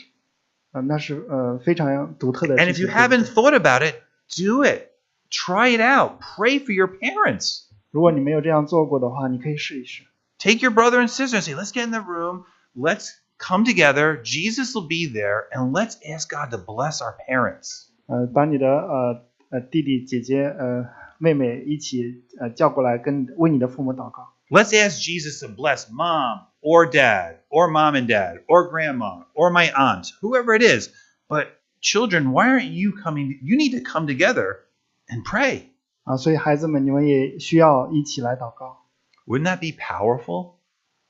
Speaker 2: 啊，那是呃非常独特的事
Speaker 1: And
Speaker 2: 情。
Speaker 1: if you
Speaker 2: 对不对
Speaker 1: haven't thought about it, do it. Try it out. Pray for your parents.
Speaker 2: 如果你没有这样做过的话，你可以试一试。
Speaker 1: Take your brother and sister and say, let's get in the room. Let's come together. Jesus will be there. And let's ask God to bless our parents.
Speaker 2: 呃，把你的呃呃弟弟姐姐呃妹妹一起呃叫过来跟，为你的父母祷告。
Speaker 1: Let's ask Jesus to bless mom or dad or mom and dad or grandma or my aunt, whoever it is. But children, why aren't you coming? You need to come together and pray.
Speaker 2: 啊，所以孩子们，你们也需要一起来祷告，
Speaker 1: Wouldn't that be powerful?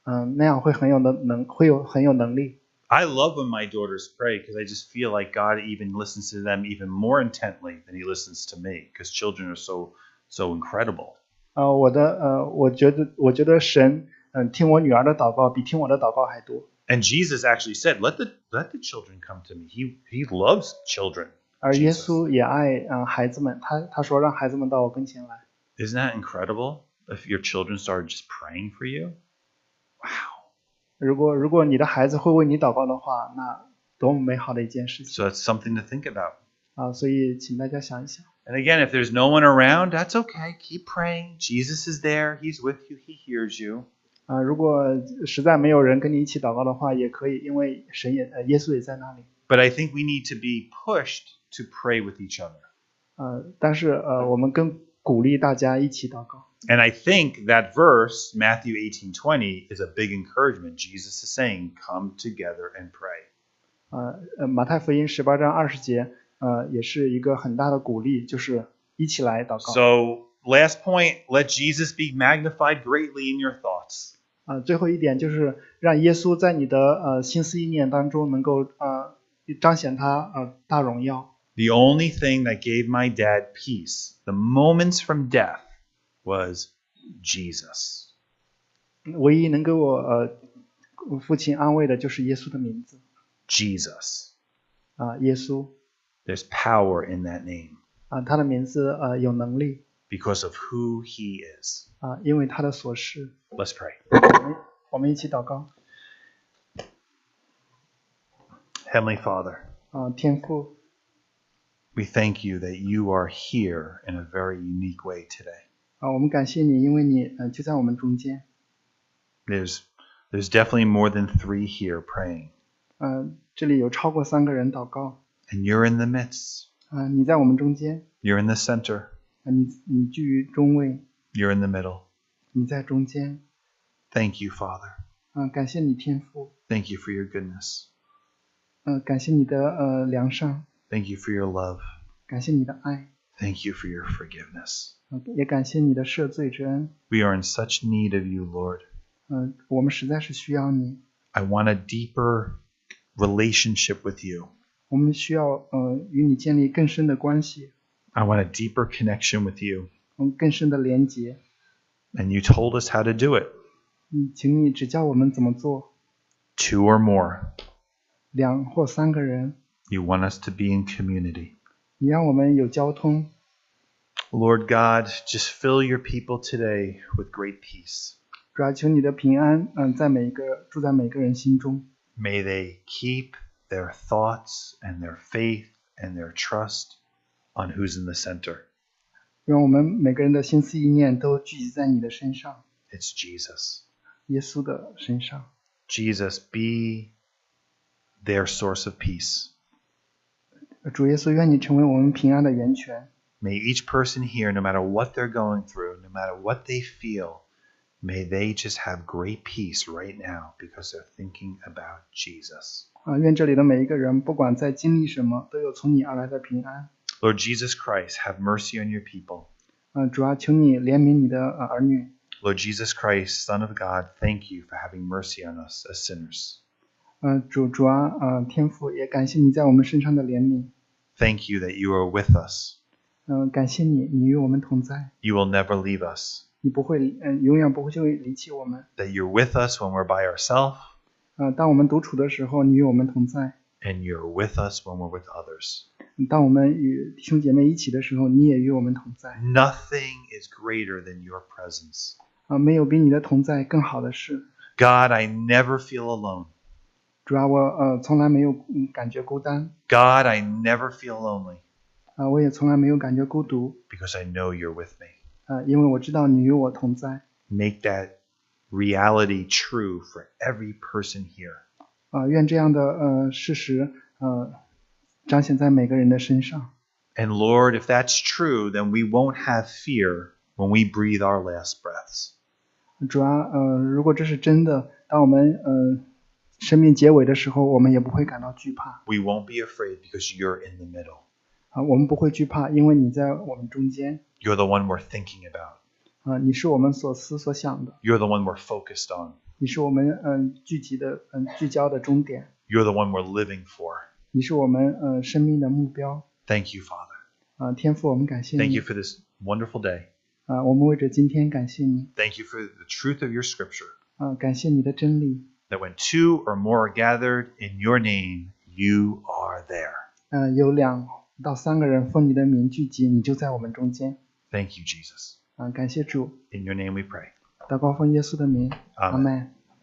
Speaker 2: 嗯、那样会很有能能，会有很有能力。
Speaker 1: I love when my daughters pray because I just feel like God even listens to them even more intently than he listens to me because children are so so incredible.
Speaker 2: 啊，我的呃，我觉得我觉得神嗯、听我女儿的祷告比听我的祷告还多，
Speaker 1: And Jesus actually said, "Let the let the children come to me." He he loves children.
Speaker 2: 而耶
Speaker 1: Jesus
Speaker 2: 稣也爱嗯、呃孩子们，他他说让孩子们到我跟前来。
Speaker 1: Isn't that incredible? If your children started just praying for you? Wow.
Speaker 2: 如果如果你的孩子会为你祷告的话，那多么美好的一件事情
Speaker 1: So that's something to think about.
Speaker 2: 啊！所以请大家想一想。
Speaker 1: And again, if there's no one around, that's okay. Keep praying. Jesus is there. He's with you. He hears you.
Speaker 2: 啊、如果实在没有人跟你一起祷告的话，也可以，因为神也呃耶稣也在那里。
Speaker 1: But I think we need to be pushed to pray with each other.
Speaker 2: 呃，但是呃，我们更鼓励大家一起祷告。
Speaker 1: And I think that verse, Matthew 18 20, is a big encouragement. Jesus is saying, Come together and pray.
Speaker 2: 呃呃，马太福音十八章二十节，呃，也是一个很大的鼓励，就是一起来祷告。
Speaker 1: So, last point let Jesus be magnified greatly in your thoughts.
Speaker 2: 啊、最后一点就是让耶稣在你的呃心思意念当中能够呃彰显他呃大荣耀。
Speaker 1: The only thing that gave my dad peace, the moments from death, was Jesus.
Speaker 2: 唯一能给我呃父亲安慰的就是耶稣的名字
Speaker 1: Jesus.
Speaker 2: 啊、耶稣
Speaker 1: There's power in that name
Speaker 2: 啊、他的名字呃有能力
Speaker 1: because of who he is.
Speaker 2: 啊、因为他的所是。
Speaker 1: Let's pray.
Speaker 2: 我们我们一起祷告
Speaker 1: Heavenly Father,
Speaker 2: 啊、天父，
Speaker 1: we thank you that you are here in a very unique way today.
Speaker 2: 啊、我们感谢你，因为你嗯、呃就在我们中间。
Speaker 1: There's there's definitely more than 3 here praying,
Speaker 2: 嗯、这里有超过三个人祷告，
Speaker 1: and you're in the midst.
Speaker 2: 啊、你在我们中间，
Speaker 1: You're in the center.
Speaker 2: 啊你你居于中位，
Speaker 1: You're in the middle.
Speaker 2: 你在中间，
Speaker 1: Thank you, Father.
Speaker 2: 嗯、感谢你天父，
Speaker 1: Thank you for your goodness.
Speaker 2: 嗯、感谢你的呃良善，
Speaker 1: Thank you for your love.
Speaker 2: 感谢你的爱，
Speaker 1: Thank you for your forgiveness.
Speaker 2: 嗯也感谢你的赦罪之恩，
Speaker 1: We are in such need of you, Lord.
Speaker 2: 嗯、我们实在是需要你，
Speaker 1: I want a deeper relationship with you.
Speaker 2: 我们需要呃与你建立更深的关系，
Speaker 1: I want a deeper connection with you.
Speaker 2: 嗯，更深的连结，
Speaker 1: And you told us how to do it.
Speaker 2: 嗯，请你指教我们怎么做，
Speaker 1: Two or more.
Speaker 2: 两或三个人，
Speaker 1: You want us to be in community.
Speaker 2: 你让我们有交通，
Speaker 1: Lord God, just fill your people today with great peace.
Speaker 2: 主要求你的平安，嗯、在每一个住在每个人心中。
Speaker 1: May they keep their thoughts and their faith and their trust on who's in the center.
Speaker 2: 让我们每个人的心思意念都聚集在你的身上，
Speaker 1: It's Jesus.
Speaker 2: 耶稣的身上。
Speaker 1: Jesus, be their source of peace.
Speaker 2: 主耶稣，愿你成为我们平安的源泉。
Speaker 1: May each person here, no matter what they're going through, no matter what they feel, may they just have great peace right now because they're thinking about Jesus.
Speaker 2: 啊、愿这里的每一个人，不管在经历什么，都有从你而来的平安。
Speaker 1: Lord Jesus Christ, have mercy on your people.
Speaker 2: 啊、主要求你怜悯你的、呃儿女。
Speaker 1: Lord Jesus Christ, Son of God, thank you for having mercy on us as sinners.
Speaker 2: 嗯、主主啊，呃，天父，也感谢你在我们身上的怜悯。
Speaker 1: Thank you that you are with us.
Speaker 2: 嗯、感谢你，你与我们同在，
Speaker 1: You will never leave us.
Speaker 2: 你不会，嗯、永远不会就离弃我们。
Speaker 1: That you're with us when we're by ourselves,
Speaker 2: 嗯，当我们独处的时候，你与我们同在。
Speaker 1: and you're with us when we're with others.
Speaker 2: 当我们与弟兄姐妹一起的时候，你也与我们同在。
Speaker 1: Nothing is greater than your presence.
Speaker 2: 啊，没有比你的同在更好的事。
Speaker 1: God, I never feel alone.
Speaker 2: 主要我呃从来没有嗯感觉孤单
Speaker 1: God, I never feel lonely
Speaker 2: 啊、我也从来没有感觉孤独
Speaker 1: because I know you're with me.
Speaker 2: 啊、因为我知道你与我同在
Speaker 1: Make that reality true for every person here.
Speaker 2: 啊、愿这样的呃事实呃彰显在每个人的身上
Speaker 1: And Lord, if that's true, then we won't have fear when we breathe our last breaths.
Speaker 2: 主要呃如果这是真的，当我们呃生命结尾的时候，我们也不会感到惧怕啊、
Speaker 1: We won't be afraid because you're in the middle.
Speaker 2: 我们不会惧怕，因为你在我们中间
Speaker 1: You're the one we're thinking about.
Speaker 2: 啊、你是我们所思所想的，
Speaker 1: You're the one we're focused on.
Speaker 2: 你是我们嗯、聚集的嗯、聚焦的终点，
Speaker 1: You're the one we're living for.
Speaker 2: 你是我们呃生命的目标。
Speaker 1: Thank you, Father.
Speaker 2: 啊，天父，我们感谢
Speaker 1: Thank
Speaker 2: 你
Speaker 1: you for this wonderful day.
Speaker 2: 啊，我们为着今天感谢你
Speaker 1: Thank you for the truth of your scripture
Speaker 2: 啊，感谢你的真理
Speaker 1: that when two or more are gathered in your name, you are there.
Speaker 2: 啊，有两到三个人奉你的名聚集，你就在我们中间
Speaker 1: Thank you, Jesus.
Speaker 2: 啊，感谢主，
Speaker 1: In your name we pray.
Speaker 2: 祷告奉耶稣的名，
Speaker 1: 阿
Speaker 2: 阿
Speaker 1: 门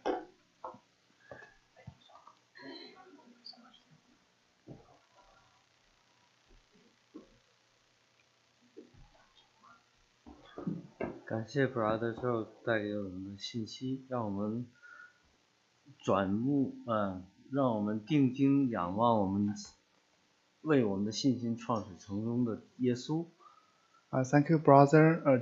Speaker 2: 门。
Speaker 3: 感谢 Brother Joe 带给我们的信息，让我们转目，呃，让我们定睛仰望我们为我们的信心创始成终的耶稣。
Speaker 2: 啊，Thank you, brother. 呃、